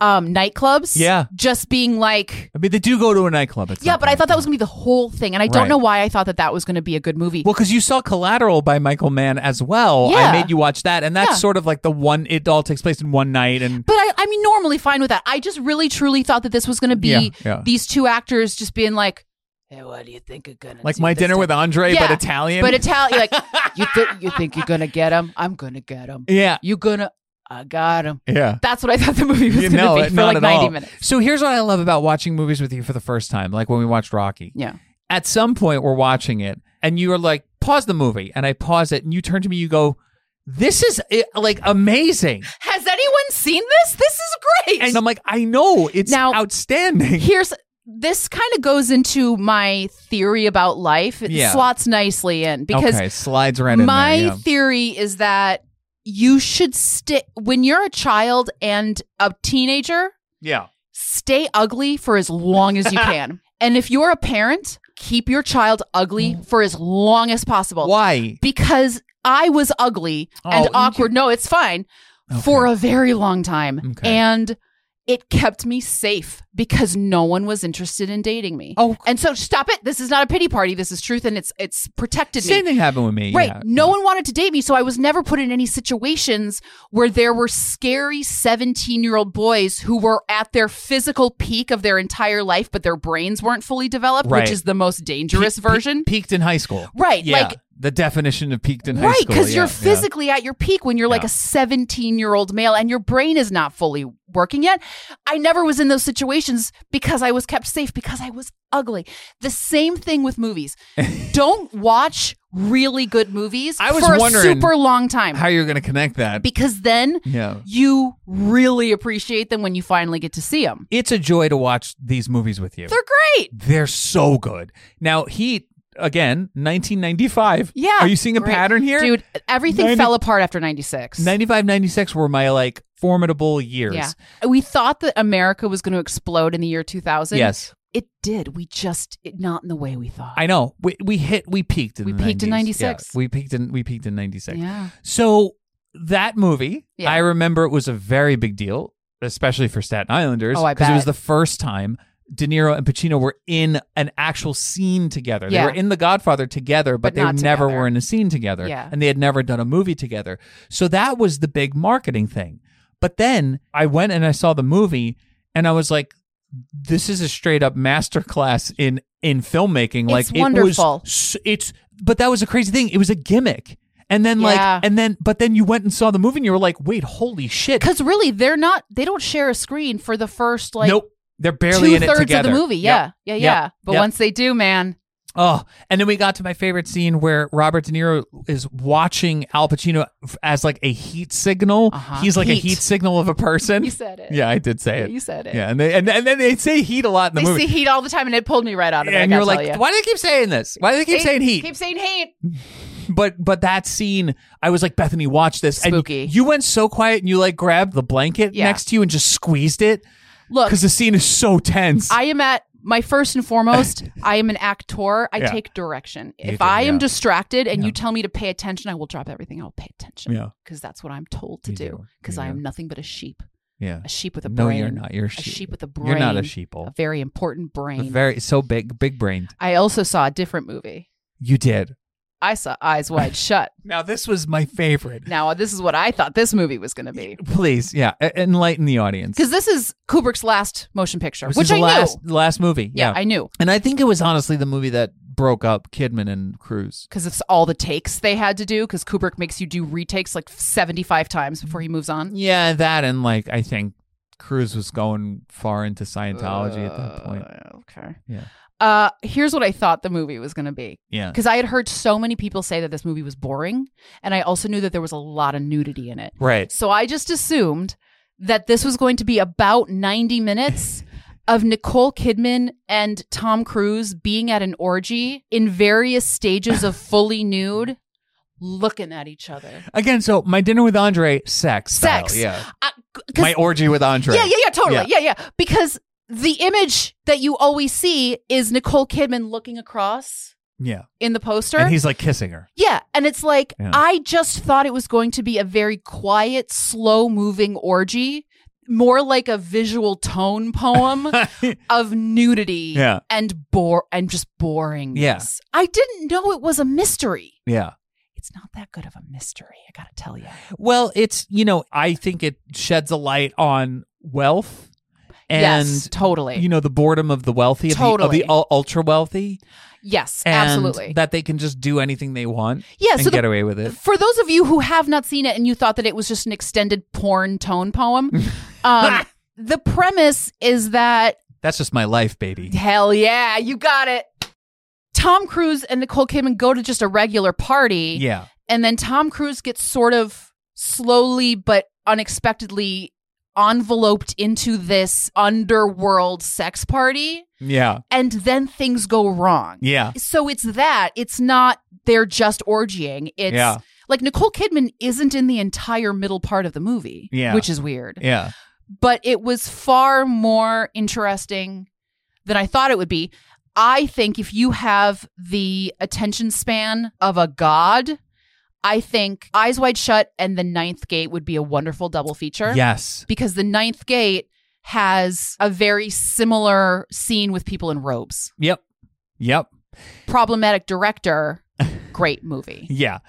Speaker 2: um nightclubs.
Speaker 1: Yeah.
Speaker 2: Just being like,
Speaker 1: I mean they do go to a nightclub. At some
Speaker 2: yeah, but I
Speaker 1: point.
Speaker 2: thought that was going to be the whole thing. And I don't
Speaker 1: Right.
Speaker 2: know why I thought that that was going to be a good movie.
Speaker 1: Well, because you saw Collateral by Michael Mann as well.
Speaker 2: Yeah.
Speaker 1: I made you watch that, and that's
Speaker 2: Yeah.
Speaker 1: sort of like the one. It all takes place in one night, and
Speaker 2: but I, I mean, normally fine with that. I just really, truly thought that this was going to be
Speaker 1: Yeah, yeah.
Speaker 2: these two actors just being like,
Speaker 4: Hey, what do you think of gonna
Speaker 1: like my dinner with Andre, but
Speaker 2: Yeah,
Speaker 1: Italian.
Speaker 2: but Italian, like,
Speaker 4: you think you think you're gonna get him? I'm gonna get him.
Speaker 1: yeah,
Speaker 4: You gonna? I got him.
Speaker 1: yeah.
Speaker 2: that's what I thought the movie was
Speaker 1: You
Speaker 2: going to
Speaker 1: know,
Speaker 2: be
Speaker 1: it-
Speaker 2: for
Speaker 1: not
Speaker 2: like
Speaker 1: at
Speaker 2: 90
Speaker 1: all.
Speaker 2: minutes.
Speaker 1: So here's what I love about watching movies with you for the first time, like when we watched Rocky.
Speaker 2: Yeah.
Speaker 1: At some point, we're watching it, and you are like, pause the movie, and I pause it, and you turn to me, you go, "This is eh, like amazing,"
Speaker 2: Has anyone seen this? This is great.
Speaker 1: and I'm like, "I know it's
Speaker 2: Now-
Speaker 1: outstanding."
Speaker 2: here's this kind of goes into my theory about life. It
Speaker 1: Yeah.
Speaker 2: slots nicely in because
Speaker 1: okay, slides right in
Speaker 2: my
Speaker 1: there. yeah.
Speaker 2: theory is that you should stay when you're a child and a teenager,
Speaker 1: yeah.
Speaker 2: stay ugly for as long as you can. and if you're a parent, keep your child ugly
Speaker 1: Mm.
Speaker 2: for as long as possible.
Speaker 1: Why?
Speaker 2: Because I was ugly and
Speaker 1: Oh,
Speaker 2: awkward. No, it's fine. For a very long time.
Speaker 1: Okay.
Speaker 2: And it kept me safe because no one was interested in dating me.
Speaker 1: Oh,
Speaker 2: And so stop it. This is not a pity party. This is truth and it's it's protected
Speaker 1: same
Speaker 2: me.
Speaker 1: thing happened with me.
Speaker 2: Right.
Speaker 1: yeah.
Speaker 2: No one wanted to date me, so I was never put in any situations where there were scary 17-year-old boys who were at their physical peak of their entire life but their brains weren't fully developed,
Speaker 1: Right.
Speaker 2: which is the most dangerous
Speaker 1: Pe- pe-
Speaker 2: version.
Speaker 1: peaked in high school.
Speaker 2: Right,
Speaker 1: Yeah.
Speaker 2: like-
Speaker 1: the definition of peaked in high
Speaker 2: Right,
Speaker 1: school.
Speaker 2: because you're
Speaker 1: yeah, yeah.
Speaker 2: physically at your peak when you're like
Speaker 1: Yeah.
Speaker 2: a 17 year old male and your brain is not fully working yet. I never was in those situations because I was kept safe because I was ugly. The same thing with movies. Don't watch really good movies
Speaker 1: I was
Speaker 2: for a
Speaker 1: wondering
Speaker 2: super long time
Speaker 1: How you're going to connect that?
Speaker 2: because then
Speaker 1: yeah.
Speaker 2: you really appreciate them when you finally get to see them.
Speaker 1: It's a joy to watch these movies with you.
Speaker 2: They're great.
Speaker 1: They're so good. Now, Heat, again, 1995.
Speaker 2: Yeah.
Speaker 1: Are you seeing a
Speaker 2: Great.
Speaker 1: pattern here?
Speaker 2: Dude, everything
Speaker 1: 90
Speaker 2: fell apart after 96.
Speaker 1: 95, 96 were my like formidable years.
Speaker 2: yeah. We thought that America was going to explode in the year 2000.
Speaker 1: Yes.
Speaker 2: it did. We just it, not in the way we thought.
Speaker 1: I know. We, we hit, we peaked in
Speaker 2: We
Speaker 1: the
Speaker 2: peaked in
Speaker 1: 90s. Yeah.
Speaker 2: 96.
Speaker 1: we peaked in, we peaked in 96.
Speaker 2: yeah,
Speaker 1: So that movie,
Speaker 2: Yeah.
Speaker 1: I remember it was a very big deal, especially for Staten Islanders.
Speaker 2: Oh, I
Speaker 1: it
Speaker 2: bet.
Speaker 1: was the first time De Niro and Pacino were in an actual scene together.
Speaker 2: Yeah.
Speaker 1: They were in The Godfather together, but,
Speaker 2: But
Speaker 1: they
Speaker 2: not
Speaker 1: never
Speaker 2: together.
Speaker 1: were in a scene together.
Speaker 2: Yeah.
Speaker 1: And they had never done a movie together. So that was the big marketing thing. But then I went and I saw the movie and I was like, this is a straight up masterclass in in filmmaking. like it
Speaker 2: wonderful.
Speaker 1: was s- it's but that was a crazy thing. It was a gimmick. And then
Speaker 2: Yeah.
Speaker 1: like and then but then you went and saw the movie and you were like, wait, holy shit.
Speaker 2: because really they're not. They don't share a screen for the first like
Speaker 1: nope. They're barely
Speaker 2: two
Speaker 1: in it
Speaker 2: thirds of
Speaker 1: together.
Speaker 2: the movie. Yeah,
Speaker 1: Yep.
Speaker 2: yeah,
Speaker 1: Yep.
Speaker 2: yeah. But
Speaker 1: Yep.
Speaker 2: once they do, man,
Speaker 1: Oh, and then we got to my favorite scene where Robert De Niro is watching Al Pacino f- as like a heat signal.
Speaker 2: Uh-huh.
Speaker 1: He's like a
Speaker 2: Heat.
Speaker 1: heat signal of a person.
Speaker 2: you said it.
Speaker 1: yeah, I did say
Speaker 2: Yeah,
Speaker 1: it.
Speaker 2: you said it.
Speaker 1: Yeah, and they and, and then they say heat a lot in the
Speaker 2: they
Speaker 1: movie.
Speaker 2: see heat all the time, and it pulled me right out of it.
Speaker 1: and
Speaker 2: I
Speaker 1: you're
Speaker 2: gotta
Speaker 1: like,
Speaker 2: tell you.
Speaker 1: why do they keep saying this? Why do they keep
Speaker 2: They
Speaker 1: saying heat?
Speaker 2: Keep saying heat.
Speaker 1: but but that scene, I was like, Bethany, watch this.
Speaker 2: Spooky.
Speaker 1: And you went so quiet, and you like grabbed the blanket
Speaker 2: Yeah.
Speaker 1: next to you and just squeezed it
Speaker 2: Look,
Speaker 1: because the scene is so tense.
Speaker 2: I am at my first and foremost. I am an actor. I
Speaker 1: Yeah.
Speaker 2: take direction.
Speaker 1: You
Speaker 2: if
Speaker 1: do,
Speaker 2: I am
Speaker 1: yeah.
Speaker 2: distracted and
Speaker 1: Yeah.
Speaker 2: you tell me to pay attention, I will drop everything. I'll pay attention
Speaker 1: yeah,
Speaker 2: because that's what I'm told to
Speaker 1: You do.
Speaker 2: do. Because
Speaker 1: You
Speaker 2: I
Speaker 1: do.
Speaker 2: am nothing but a sheep.
Speaker 1: yeah.
Speaker 2: A sheep with a
Speaker 1: No,
Speaker 2: brain.
Speaker 1: you're not. You're a
Speaker 2: A
Speaker 1: sheep.
Speaker 2: sheep with a brain.
Speaker 1: You're not a
Speaker 2: A
Speaker 1: sheeple.
Speaker 2: very important brain.
Speaker 1: Very so big, big brained.
Speaker 2: I also saw a different movie.
Speaker 1: You did.
Speaker 2: I saw Eyes Wide Shut.
Speaker 1: Now this was my favorite.
Speaker 2: Now, this is what I thought this movie was going to be.
Speaker 1: Please, yeah, e- enlighten the audience.
Speaker 2: Because this is Kubrick's last motion picture,
Speaker 1: This
Speaker 2: which
Speaker 1: is the
Speaker 2: I
Speaker 1: last
Speaker 2: knew.
Speaker 1: last movie.
Speaker 2: Yeah,
Speaker 1: Yeah,
Speaker 2: I knew.
Speaker 1: and I think it was honestly the movie that broke up Kidman and Cruz.
Speaker 2: Because it's all the takes they had to do, because Kubrick makes you do retakes like 75 times before he moves on.
Speaker 1: Yeah, that and like I think Cruz was going far into Scientology at that point.
Speaker 2: Uh, okay.
Speaker 1: Yeah.
Speaker 2: Uh, here's what I thought the movie was going to be
Speaker 1: Yeah.
Speaker 2: because I had heard so many people say that this movie was boring, and I also knew that there was a lot of nudity in it.
Speaker 1: Right.
Speaker 2: So I just assumed that this was going to be about 90 minutes of Nicole Kidman and Tom Cruise being at an orgy in various stages of fully nude, looking at each other.
Speaker 1: Again, so my dinner with Andre, sex. style,
Speaker 2: Sex.
Speaker 1: Yeah.
Speaker 2: I- 'cause-
Speaker 1: My orgy with Andre.
Speaker 2: yeah, yeah, yeah, totally. Yeah. yeah, Because the image that you always see is Nicole Kidman looking across
Speaker 1: Yeah.
Speaker 2: in the poster.
Speaker 1: And he's like kissing her.
Speaker 2: Yeah, and it's like
Speaker 1: Yeah.
Speaker 2: I just thought it was going to be a very quiet, slow-moving orgy, more like a visual tone poem of nudity
Speaker 1: Yeah.
Speaker 2: and bore and just boring. I didn't know it was a mystery.
Speaker 1: yeah.
Speaker 2: It's not that good of a mystery, I got to tell you.
Speaker 1: Well, it's, you know, I think it sheds a light on wealth and,
Speaker 2: yes, totally.
Speaker 1: you know, the boredom of the wealthy, of the- of
Speaker 2: Totally.
Speaker 1: the, ul- ultra wealthy.
Speaker 2: yes,
Speaker 1: And
Speaker 2: absolutely.
Speaker 1: That they can just do anything they want
Speaker 2: yeah,
Speaker 1: and
Speaker 2: so the
Speaker 1: get away with it.
Speaker 2: for those of you who have not seen it and you thought that it was just an extended porn tone poem, um, the premise is that
Speaker 1: That's just my life, baby.
Speaker 2: hell yeah, you got it. Tom Cruise and Nicole Kidman go to just a regular party,
Speaker 1: Yeah.
Speaker 2: and then Tom Cruise gets sort of slowly but unexpectedly enveloped into this underworld sex party,
Speaker 1: Yeah.
Speaker 2: and then things go wrong.
Speaker 1: Yeah.
Speaker 2: So it's that. It's not they're just orgying. It's
Speaker 1: Yeah.
Speaker 2: like Nicole Kidman isn't in the entire middle part of the movie,
Speaker 1: Yeah.
Speaker 2: which is weird.
Speaker 1: Yeah.
Speaker 2: But it was far more interesting than I thought it would be. I think if you have the attention span of a god, I think Eyes Wide Shut and The Ninth Gate would be a wonderful double feature
Speaker 1: Yes.
Speaker 2: because The Ninth Gate has a very similar scene with people in robes
Speaker 1: Yep. Yep.
Speaker 2: problematic director, great movie.
Speaker 1: Yeah.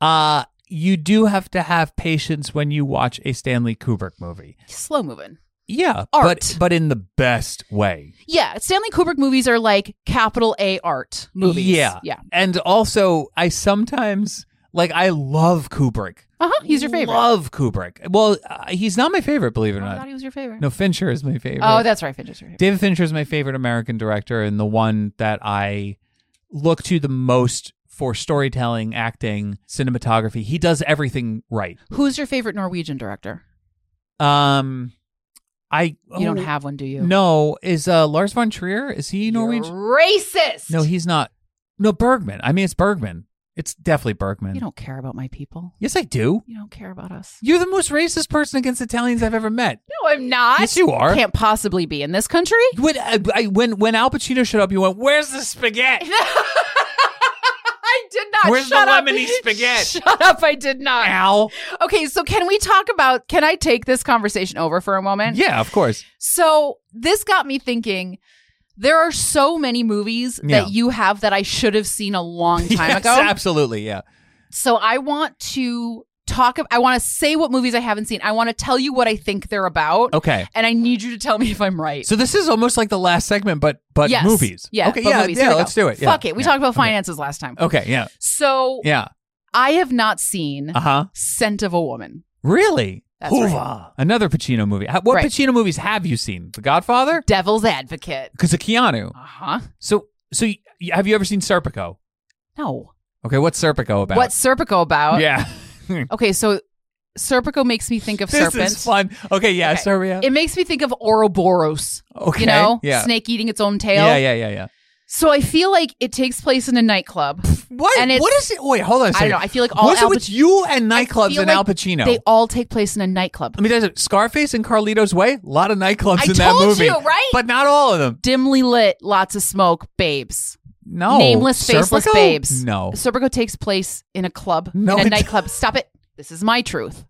Speaker 1: Uh you do have to have patience when you watch a Stanley Kubrick movie.
Speaker 2: Slow moving.
Speaker 1: Yeah,
Speaker 2: Art.
Speaker 1: but but in the best way.
Speaker 2: Yeah, Stanley Kubrick movies are like capital A art movies.
Speaker 1: Yeah.
Speaker 2: Yeah.
Speaker 1: And also, I sometimes like I love Kubrick.
Speaker 2: Uh huh. He's your favorite.
Speaker 1: Love Kubrick. Well, uh, he's not my favorite, believe it or
Speaker 2: Oh, I thought
Speaker 1: not.
Speaker 2: he was your favorite.
Speaker 1: No, Fincher is my favorite.
Speaker 2: oh, that's right. Fincher's your favorite.
Speaker 1: David Fincher is my favorite American director and the one that I look to the most for storytelling, acting, cinematography. He does everything right.
Speaker 2: Who's your favorite Norwegian director?
Speaker 1: Um I
Speaker 2: You don't
Speaker 1: oh,
Speaker 2: have one, do you?
Speaker 1: No, is uh, Lars von Trier? Is he Norwegian?
Speaker 2: You're racist.
Speaker 1: No, he's not. No, Bergman. I mean, it's Bergman. It's definitely Bergman.
Speaker 2: You don't care about my people.
Speaker 1: yes, I do.
Speaker 2: You don't care about us.
Speaker 1: You're the most racist person against Italians I've ever met.
Speaker 2: No, I'm not.
Speaker 1: yes, you are.
Speaker 2: Can't possibly be in this country.
Speaker 1: When, I, I, when when Al Pacino showed up, you went, "Where's the spaghetti?"
Speaker 2: I did not.
Speaker 1: Where's the
Speaker 2: Shut up.
Speaker 1: lemony spaghetti?
Speaker 2: Shut up! I did not.
Speaker 1: Al.
Speaker 2: Okay, so can we talk about? Can I take this conversation over for a moment?
Speaker 1: Yeah, of course.
Speaker 2: So this got me thinking. There are so many movies
Speaker 1: Yeah.
Speaker 2: that you have that I should have seen a long time
Speaker 1: Yes,
Speaker 2: ago.
Speaker 1: absolutely. Yeah.
Speaker 2: So I want to talk. ab- I want to say what movies I haven't seen. I want to tell you what I think they're about,
Speaker 1: Okay.
Speaker 2: and I need you to tell me if I'm right.
Speaker 1: Oh. So this is almost like the last segment, but but
Speaker 2: yes.
Speaker 1: movies.
Speaker 2: Yeah.
Speaker 1: Okay.
Speaker 2: but
Speaker 1: Yeah.
Speaker 2: movies. Here
Speaker 1: Yeah.
Speaker 2: we go.
Speaker 1: Let's do it. Yeah.
Speaker 2: Fuck it. We
Speaker 1: Yeah.
Speaker 2: talked about finances last time.
Speaker 1: Okay. Yeah.
Speaker 2: So
Speaker 1: Yeah.
Speaker 2: I have not seen
Speaker 1: Uh huh.
Speaker 2: Scent of a Woman.
Speaker 1: Really?
Speaker 2: That's right.
Speaker 1: Hoorah. Another Pacino movie. Ha- What
Speaker 2: Right.
Speaker 1: Pacino movies have you seen? The Godfather?
Speaker 2: Devil's Advocate.
Speaker 1: Because of Keanu.
Speaker 2: Uh huh.
Speaker 1: So, so y- y- have you ever seen Serpico?
Speaker 2: No.
Speaker 1: Okay, what's Serpico about?
Speaker 2: What's Serpico about?
Speaker 1: yeah?
Speaker 2: Okay, so Serpico makes me think of
Speaker 1: this
Speaker 2: serpent.
Speaker 1: is fun. Okay, yeah,
Speaker 2: Okay.
Speaker 1: Serpico.
Speaker 2: It makes me think of Ouroboros.
Speaker 1: okay,
Speaker 2: You know,
Speaker 1: yeah,
Speaker 2: snake eating its own tail.
Speaker 1: yeah, yeah, yeah, yeah.
Speaker 2: So I feel like it takes place in a nightclub.
Speaker 1: What?
Speaker 2: And it's-
Speaker 1: what is it? Wait, hold on a
Speaker 2: I
Speaker 1: second.
Speaker 2: don't know. I feel like all
Speaker 1: What's
Speaker 2: Al
Speaker 1: it with you and nightclubs
Speaker 2: feel
Speaker 1: and Al
Speaker 2: like
Speaker 1: Pacino?
Speaker 2: they all take place in a nightclub.
Speaker 1: Let me tell you, something. Scarface and Carlito's Way, a lot of nightclubs
Speaker 2: I
Speaker 1: in that
Speaker 2: told
Speaker 1: movie,
Speaker 2: you, right?
Speaker 1: But not all of them.
Speaker 2: Dimly lit, lots of smoke, babes.
Speaker 1: No,
Speaker 2: Nameless, faceless
Speaker 1: Serpico?
Speaker 2: babes.
Speaker 1: No,
Speaker 2: Serpico takes place in a club,
Speaker 1: Oh. No, it
Speaker 2: in a
Speaker 1: do-
Speaker 2: nightclub. Stop it. This is my truth.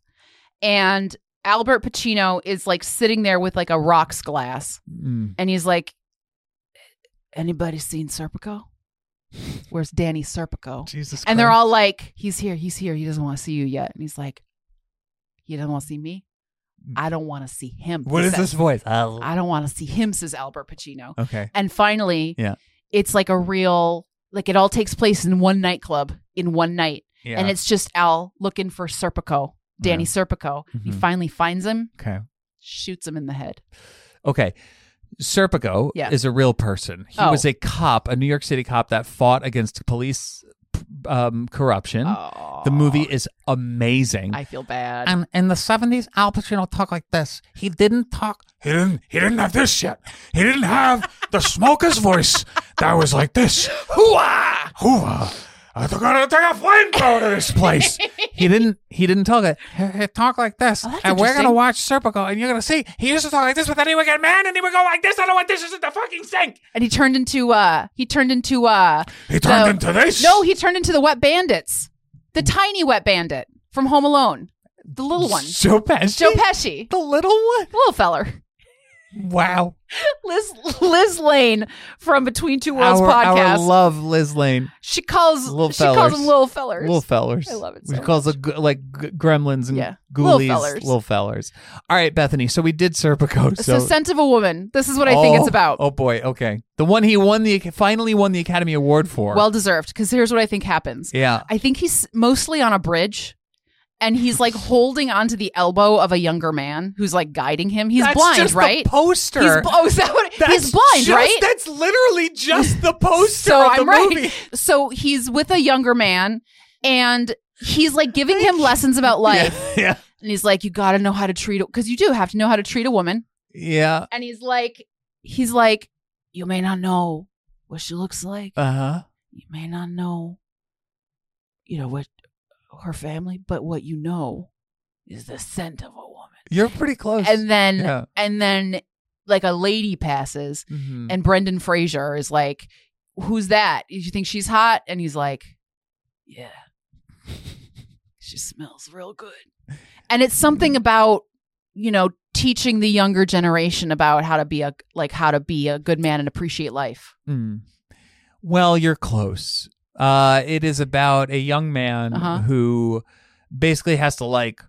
Speaker 2: And Albert Pacino is like sitting there with like a rocks glass,
Speaker 1: Mm.
Speaker 2: and he's like, "Anybody seen Serpico? Where's Danny Serpico?"
Speaker 1: Jesus.
Speaker 2: And they're
Speaker 1: Christ.
Speaker 2: all like, "He's here. He's here. He doesn't want to see you yet." And he's like, "He doesn't want to see me. I don't want to see him."
Speaker 1: Mm. What
Speaker 2: he
Speaker 1: is
Speaker 2: says.
Speaker 1: this voice?
Speaker 2: I don't want to see him, says Albert Pacino.
Speaker 1: Okay.
Speaker 2: And finally,
Speaker 1: Yeah.
Speaker 2: it's like a real, like it all takes place in one nightclub in one night.
Speaker 1: Yeah. Mm.
Speaker 2: And it's just Al looking for Serpico, Danny Serpico. He
Speaker 3: Mm-hmm.
Speaker 1: Mhm.
Speaker 2: finally finds him,
Speaker 1: okay.
Speaker 2: shoots him in the head.
Speaker 1: Okay. Serpico
Speaker 2: Yeah.
Speaker 1: is a real person. He
Speaker 2: Oh.
Speaker 1: was a cop, a New York City cop that fought against police um, corruption. The movie is amazing.
Speaker 3: Mm.
Speaker 2: I feel bad.
Speaker 1: and in the 70s, Al Pacino talked like this. He didn't talk.
Speaker 3: He didn't. He didn't have this yet. He didn't have the smoker's voice that was like this. Hooah! Hooah! I think I'm gonna take a flamethrower to this place.
Speaker 1: He didn't. He didn't talk like. He, he talked like this.
Speaker 2: Oh, that's
Speaker 1: and we're gonna
Speaker 2: interesting.
Speaker 1: watch Serpico, and you're gonna see. He used to talk like this, but then he would get mad, and he would go like this. I don't want dishes in the fucking sink.
Speaker 2: and he turned into uh he turned into uh
Speaker 3: He turned
Speaker 2: the-
Speaker 3: into this.
Speaker 2: No, he turned into the wet bandits. The tiny wet bandit from Home Alone. The little one.
Speaker 1: Joe Pesci.
Speaker 2: Joe Pesci.
Speaker 1: the little one.
Speaker 2: Little feller.
Speaker 1: Wow.
Speaker 2: Liz Liz Lane from Between Two Worlds
Speaker 1: our, our
Speaker 2: podcast.
Speaker 1: love Liz Lane.
Speaker 2: she calls
Speaker 1: Little
Speaker 2: she calls
Speaker 1: fellers.
Speaker 2: him little fellers.
Speaker 1: Little fellers.
Speaker 2: I love it
Speaker 1: We
Speaker 2: so
Speaker 1: calls the g- like g- gremlins and
Speaker 2: Yeah. Little
Speaker 1: ghoulies.
Speaker 2: fellers.
Speaker 1: Little fellers. All right, Bethany. So we did Serpico. So,
Speaker 2: so, scent of a woman. This is what I think it's
Speaker 1: Oh,
Speaker 2: about.
Speaker 1: Oh boy. Okay. The one he won the finally won the Academy Award for.
Speaker 2: Well deserved. Because here's what I think happens.
Speaker 1: yeah.
Speaker 2: I think he's mostly on a bridge and he's like holding onto the elbow of a younger man who's like guiding him. He's
Speaker 1: That's
Speaker 2: blind,
Speaker 1: just the
Speaker 2: right?
Speaker 1: poster.
Speaker 2: He's bl- oh, is that what
Speaker 1: That's
Speaker 2: he's blind,
Speaker 1: just-
Speaker 2: right?
Speaker 1: That's literally just the poster
Speaker 2: so
Speaker 1: of the
Speaker 2: I'm right.
Speaker 1: movie.
Speaker 2: So he's with a younger man and he's like giving him lessons about life.
Speaker 1: Yeah.
Speaker 2: And he's like, you got to know how to treat it because you do have to know how to treat a woman.
Speaker 1: Yeah.
Speaker 2: And he's like, he's like, you may not know what she looks like.
Speaker 1: Uh-huh.
Speaker 2: You may not know, you know, what her family, but what you know is the scent of a woman.
Speaker 1: You're pretty close.
Speaker 2: And then,
Speaker 1: yeah.
Speaker 2: and then like a lady passes
Speaker 1: Mhm.
Speaker 2: and Brendan Fraser is like, "Who's that? You think she's hot?" And he's like, "Yeah, she smells real good." And it's
Speaker 1: Mm-hmm.
Speaker 2: something about you know teaching the younger generation about how to be a like how to be a good man and appreciate life.
Speaker 1: Mm. Well, you're close. Uh, it is about a young man
Speaker 2: Uh-huh.
Speaker 1: who basically has to like,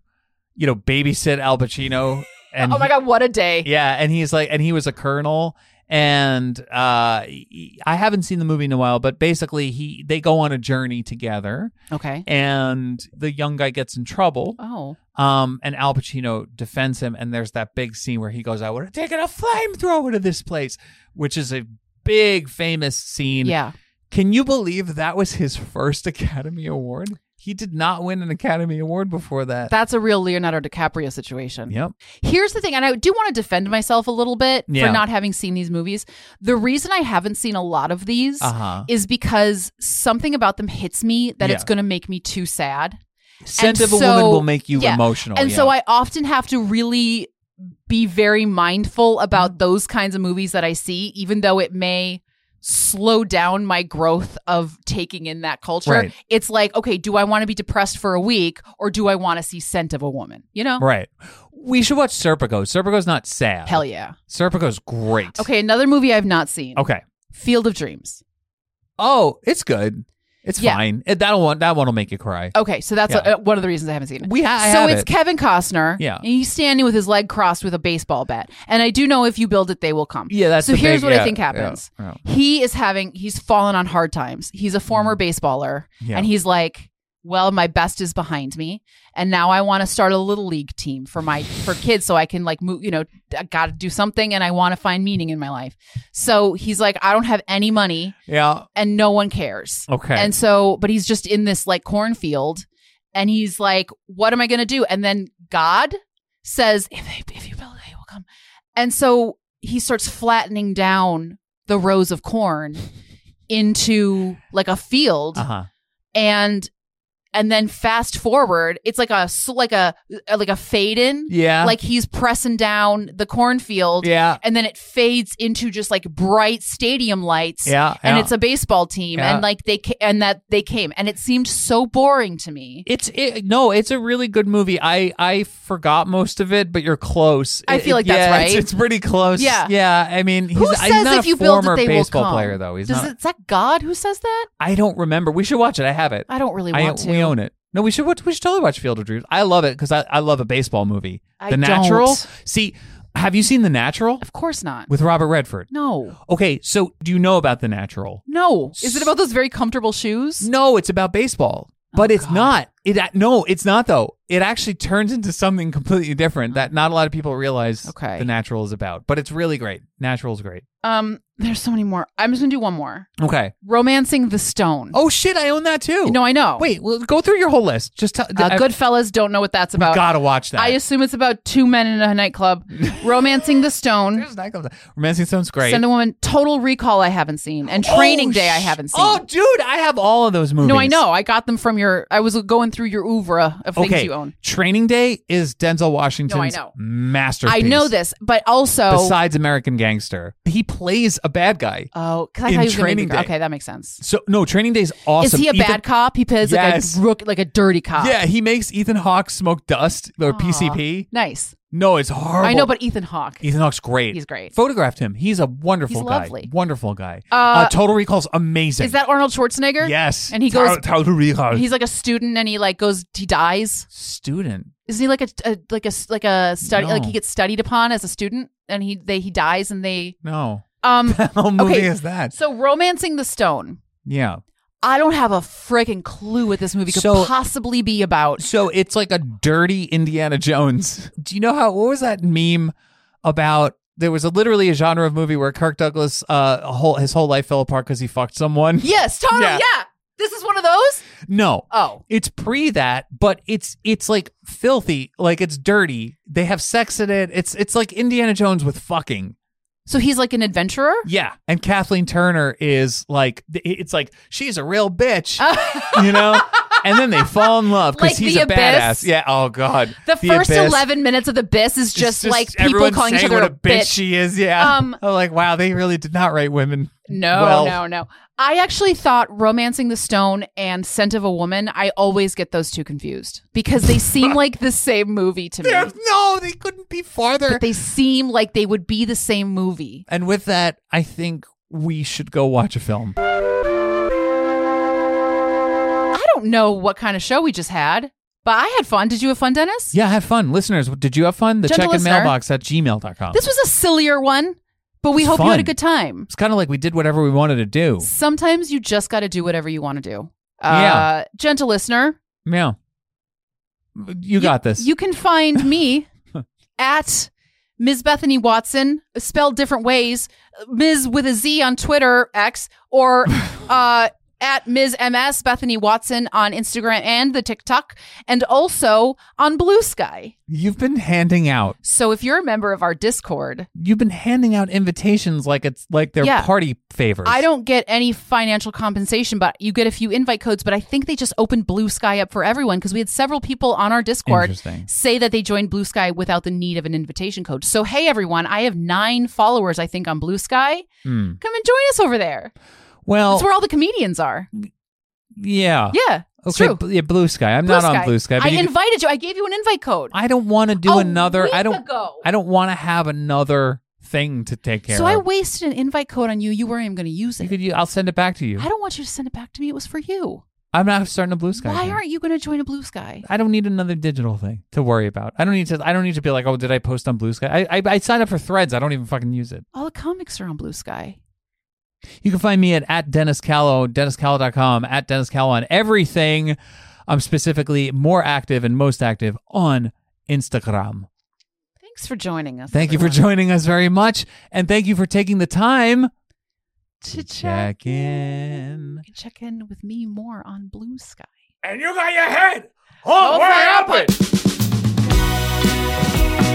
Speaker 1: you know, babysit Al Pacino. And
Speaker 2: oh my god, what a day!
Speaker 1: Yeah, and he's like, and he was a colonel, and uh, he- I haven't seen the movie in a while, but basically he they go on a journey together,
Speaker 2: Okay.
Speaker 1: and the young guy gets in trouble.
Speaker 2: Oh,
Speaker 1: Um, and Al Pacino defends him, and there's that big scene where he goes, "I would have taken a flamethrower to this place," which is a big famous scene.
Speaker 2: yeah.
Speaker 1: Can you believe that was his first Academy Award? He did not win an Academy Award before that.
Speaker 2: That's a real Leonardo DiCaprio situation.
Speaker 1: yep.
Speaker 2: Here's the thing, and I do want to defend myself a little bit
Speaker 1: Yeah.
Speaker 2: for not having seen these movies. The reason I haven't seen a lot of these
Speaker 1: Uh huh.
Speaker 2: is because something about them hits me that it's
Speaker 1: Yeah.
Speaker 2: going to make me too sad.
Speaker 1: Scent of a
Speaker 2: so-
Speaker 1: woman will make you
Speaker 2: yeah.
Speaker 1: emotional.
Speaker 2: and
Speaker 1: Oh, yeah.
Speaker 2: so I often have to really be very mindful
Speaker 1: Mm.
Speaker 2: about those kinds of movies that I see, even though it may slow down my growth of taking in that culture.
Speaker 1: Right.
Speaker 2: It's like, okay, do I want to be depressed for a week or do I want to see Scent of a Woman? You know?
Speaker 1: Right. We should watch Serpico. Serpico's not sad.
Speaker 2: Hell yeah.
Speaker 1: Serpico's great.
Speaker 2: Okay, another movie I've not seen
Speaker 1: Okay.
Speaker 2: Field of Dreams.
Speaker 1: Oh, it's good. It's
Speaker 2: Yeah.
Speaker 1: fine. It, that'll one that one will make you cry.
Speaker 2: Okay, so that's
Speaker 1: Yeah.
Speaker 2: uh one of the reasons I haven't seen it.
Speaker 1: We ha- I
Speaker 2: so
Speaker 1: have
Speaker 2: it's
Speaker 1: it.
Speaker 2: Kevin Costner.
Speaker 1: Yeah.
Speaker 2: and he's standing with his leg crossed with a baseball bat. And I do know if you build it, they will come.
Speaker 1: Yeah, that's
Speaker 2: so.
Speaker 1: the
Speaker 2: here's
Speaker 1: big-
Speaker 2: what
Speaker 1: yeah,
Speaker 2: I think
Speaker 1: yeah, Oh,
Speaker 2: happens.
Speaker 1: yeah.
Speaker 2: He is having he's fallen on hard times. He's a former baseballer,
Speaker 1: Mm. Yeah.
Speaker 2: and he's like, "Well, my best is behind me, and now I want to start a little league team for my for kids, so I can like move. You know, I got to do something, and I want to find meaning in my life. So he's like, I don't have any money,
Speaker 1: Yeah.
Speaker 2: and no one cares.
Speaker 1: Okay.
Speaker 2: And so, but he's just in this like cornfield and he's like, what am I going to do? And then God says, if, they, if you build it, they will come. And so he starts flattening down the rows of corn into like a field
Speaker 1: uh huh.
Speaker 2: and and then fast forward it's like a s- like a like a fade in
Speaker 1: Yeah.
Speaker 2: like he's pressing down the cornfield
Speaker 1: yeah.
Speaker 2: and then it fades into just like bright stadium lights
Speaker 1: Yeah.
Speaker 2: and
Speaker 1: yeah.
Speaker 2: it's a baseball team
Speaker 1: Yeah.
Speaker 2: and like they ca- and that they came and it seemed so boring to me
Speaker 1: It's it, no, it's a really good movie. I I forgot most of it, but you're close.
Speaker 2: I
Speaker 1: It-
Speaker 2: feel like
Speaker 1: yeah,
Speaker 2: that's
Speaker 1: It's,
Speaker 2: right.
Speaker 1: it's pretty close.
Speaker 2: Yeah.
Speaker 1: yeah. I mean, he's,
Speaker 2: who
Speaker 1: he's
Speaker 2: says
Speaker 1: not
Speaker 2: if
Speaker 1: a
Speaker 2: you build
Speaker 1: former
Speaker 2: it they will
Speaker 1: baseball
Speaker 2: come
Speaker 1: player though. He's
Speaker 2: Does
Speaker 1: not.
Speaker 2: it- is that god who says that
Speaker 1: I don't remember. We should watch it. I have it.
Speaker 2: i don't really
Speaker 1: I,
Speaker 2: want to
Speaker 1: We own it. No, we should watch, we should totally watch Field of Dreams. I love it because I, I love a baseball movie.
Speaker 2: I
Speaker 1: the
Speaker 2: don't.
Speaker 1: Natural. See, have you seen The Natural
Speaker 2: of course not
Speaker 1: with Robert Redford?
Speaker 2: no
Speaker 1: Okay, so do you know about The Natural?
Speaker 2: no is it about those very comfortable shoes Oh,
Speaker 1: No, it's about baseball. But it's not. It a- no, it's not though. It actually turns into something completely different that not a lot of people realize
Speaker 2: Okay.
Speaker 1: the natural is about. But it's really great. Natural is great.
Speaker 2: Um, there's so many more. I'm just gonna do one more.
Speaker 1: Okay.
Speaker 2: Romancing the Stone.
Speaker 1: Oh shit, I own that too.
Speaker 2: no, I Mm. know.
Speaker 1: Wait, well, go through your whole list. Just tell.
Speaker 2: uh,
Speaker 1: I-
Speaker 2: Goodfellas. Don't know what that's
Speaker 1: we
Speaker 2: about.
Speaker 1: gotta watch that.
Speaker 2: I assume it's about two men in a nightclub romancing the stone.
Speaker 1: There's nightclubs. Romancing Stone's great.
Speaker 2: Send a woman. Total Recall. I haven't seen, and Training
Speaker 1: Oh,
Speaker 2: Day. I
Speaker 1: sh-
Speaker 2: haven't seen.
Speaker 1: Oh, dude, I have all of those movies.
Speaker 2: no, I know. I got them from your. I was going through your oeuvre of things
Speaker 1: Okay,
Speaker 2: you own.
Speaker 1: Training Day is Denzel Washington's
Speaker 2: know.
Speaker 1: masterpiece.
Speaker 2: I know this, but also
Speaker 1: Besides American Gangster, he plays a bad guy.
Speaker 2: oh, 'cause I
Speaker 1: in
Speaker 2: thought he was gonna be
Speaker 1: Training
Speaker 2: the gr-
Speaker 1: Day.
Speaker 2: Okay, that makes sense.
Speaker 1: So no, Training Day's
Speaker 2: Is
Speaker 1: awesome.
Speaker 2: he a
Speaker 1: Ethan-
Speaker 2: bad cop? He plays
Speaker 1: Yes.
Speaker 2: like a rook, like a dirty cop.
Speaker 1: Yeah, he makes Ethan Hawke smoke dust or PCP.
Speaker 2: Nice.
Speaker 1: No, it's horrible.
Speaker 2: I know, but Ethan Hawke.
Speaker 1: Ethan Hawke's great.
Speaker 2: He's great.
Speaker 1: Photographed him. He's a wonderful
Speaker 2: He's
Speaker 1: guy.
Speaker 2: lovely.
Speaker 1: Wonderful guy. Uh,
Speaker 2: Uh,
Speaker 1: Total Recall's amazing.
Speaker 2: Is that Arnold Schwarzenegger?
Speaker 1: yes?
Speaker 2: And he goes.
Speaker 1: Total Total Recall.
Speaker 2: He's like a student, and he like goes. He dies.
Speaker 1: student.
Speaker 2: Isn't he like a, a like a like a study?
Speaker 1: No.
Speaker 2: Like he gets studied upon as a student, and he they he dies, and they
Speaker 1: No,
Speaker 2: um.
Speaker 1: how movie
Speaker 2: Okay.
Speaker 1: is that?
Speaker 2: so romancing the stone.
Speaker 1: Yeah.
Speaker 2: I don't have a freaking clue what this movie could
Speaker 1: So-
Speaker 2: possibly be about.
Speaker 1: So it's like a dirty Indiana Jones. Do you know how? What was that meme about? There was a, literally a genre of movie where Kirk Douglas, uh, a whole his whole life fell apart because he fucked someone.
Speaker 2: Yes, totally.
Speaker 1: Yeah.
Speaker 2: Yeah. This is one of those.
Speaker 1: No,
Speaker 2: Oh,
Speaker 1: it's pre that, but it's it's like filthy, like it's dirty. They have sex in it. It's it's like Indiana Jones with fucking.
Speaker 2: so he's like an adventurer.
Speaker 1: Yeah, and Kathleen Turner is like it's like she's a real bitch, you know. And then they fall in love because
Speaker 2: Like
Speaker 1: he's
Speaker 2: The
Speaker 1: a
Speaker 2: Abyss?
Speaker 1: badass. Yeah. Oh God.
Speaker 2: The, first
Speaker 1: Abyss.
Speaker 2: eleven minutes of the Abyss is
Speaker 1: It's
Speaker 2: just, like people
Speaker 1: everyone
Speaker 2: calling each
Speaker 1: saying
Speaker 2: other
Speaker 1: what a bitch, she is. Yeah.
Speaker 2: Um,
Speaker 1: I'm like, wow, they really did not write women.
Speaker 2: No,
Speaker 1: well.
Speaker 2: no, no. I actually thought Romancing the Stone and Scent of a Woman, I always get those two confused because they seem like the same movie to me.
Speaker 1: They're- no, they couldn't be farther.
Speaker 2: But they seem like they would be the same movie.
Speaker 1: and with that, I think we should go watch a film.
Speaker 2: I don't know what kind of show we just had, but I had fun. Did you have fun, Dennis?
Speaker 1: Yeah, I had fun. Listeners, did you have fun? The
Speaker 2: Gentle
Speaker 1: check in
Speaker 2: listener.
Speaker 1: mailbox at gmail.com.
Speaker 2: This was a sillier one, but we
Speaker 1: It's
Speaker 2: hope you
Speaker 1: fun.
Speaker 2: had a good time.
Speaker 1: it's kind of like we did whatever we wanted to do.
Speaker 2: Sometimes you just got to do whatever you want to do.
Speaker 1: Yeah.
Speaker 2: Uh, gentle listener,
Speaker 1: Yeah. You got this.
Speaker 2: You can find me at Ms. Bethany Watson, spelled different ways, Ms. with a Z on Twitter, X, or uh, at Ms. MS Bethany Watson on Instagram and the TikTok, and also on Blue Sky.
Speaker 1: You've been handing out.
Speaker 2: So if you're a member of our Discord,
Speaker 1: You've been handing out invitations like it's like they're
Speaker 2: Yeah.
Speaker 1: party favors.
Speaker 2: I don't get any financial compensation, but you get a few invite codes. But I think they just opened Blue Sky up for everyone because we had several people on our Discord
Speaker 1: Interesting.
Speaker 2: say that they joined Blue Sky without the need of an invitation code. So, hey, everyone, I have nine followers, I think, on Blue Sky.
Speaker 1: Hmm.
Speaker 2: Come and join us over there.
Speaker 1: Well,
Speaker 2: That's where all the comedians are.
Speaker 1: yeah.
Speaker 2: Yeah. It's
Speaker 1: Ah. Okay,
Speaker 2: true.
Speaker 1: bl- yeah, Blue Sky. I'm not on Blue Sky, but
Speaker 2: I
Speaker 1: you,
Speaker 2: invited you. I gave you an invite code.
Speaker 1: I don't want to do
Speaker 2: A
Speaker 1: another. I
Speaker 2: week
Speaker 1: don't.
Speaker 2: ago.
Speaker 1: I don't want to have another thing to take care
Speaker 2: so
Speaker 1: of.
Speaker 2: I wasted an invite code on you. You weren't even going to use
Speaker 1: You
Speaker 2: it.
Speaker 1: could, you, I'll send it back to you.
Speaker 2: I don't want you to send it back to me. It was for you.
Speaker 1: I'm not starting a Blue Sky.
Speaker 2: Why
Speaker 1: thing.
Speaker 2: aren't you going to join a Blue Sky?
Speaker 1: I don't need another digital thing to worry about. I don't need to. I don't need to be like, oh, did I post on Blue Sky? I I, I signed up for Threads. I don't even fucking use it.
Speaker 2: All the comics are on Blue Sky.
Speaker 1: You can find me at, at Dennis Callow, DennisCallow.com, at Dennis Callow on everything. I'm specifically more active and most active on Instagram.
Speaker 2: Thanks for joining us.
Speaker 1: Thank you for
Speaker 2: everyone.
Speaker 1: joining us very much. And thank you for taking the time
Speaker 2: To check
Speaker 1: check in.
Speaker 2: You can check in with me more on Blue Sky.
Speaker 3: And you got your head all the way
Speaker 2: Okay,
Speaker 3: up
Speaker 2: I'll
Speaker 3: it.
Speaker 2: put-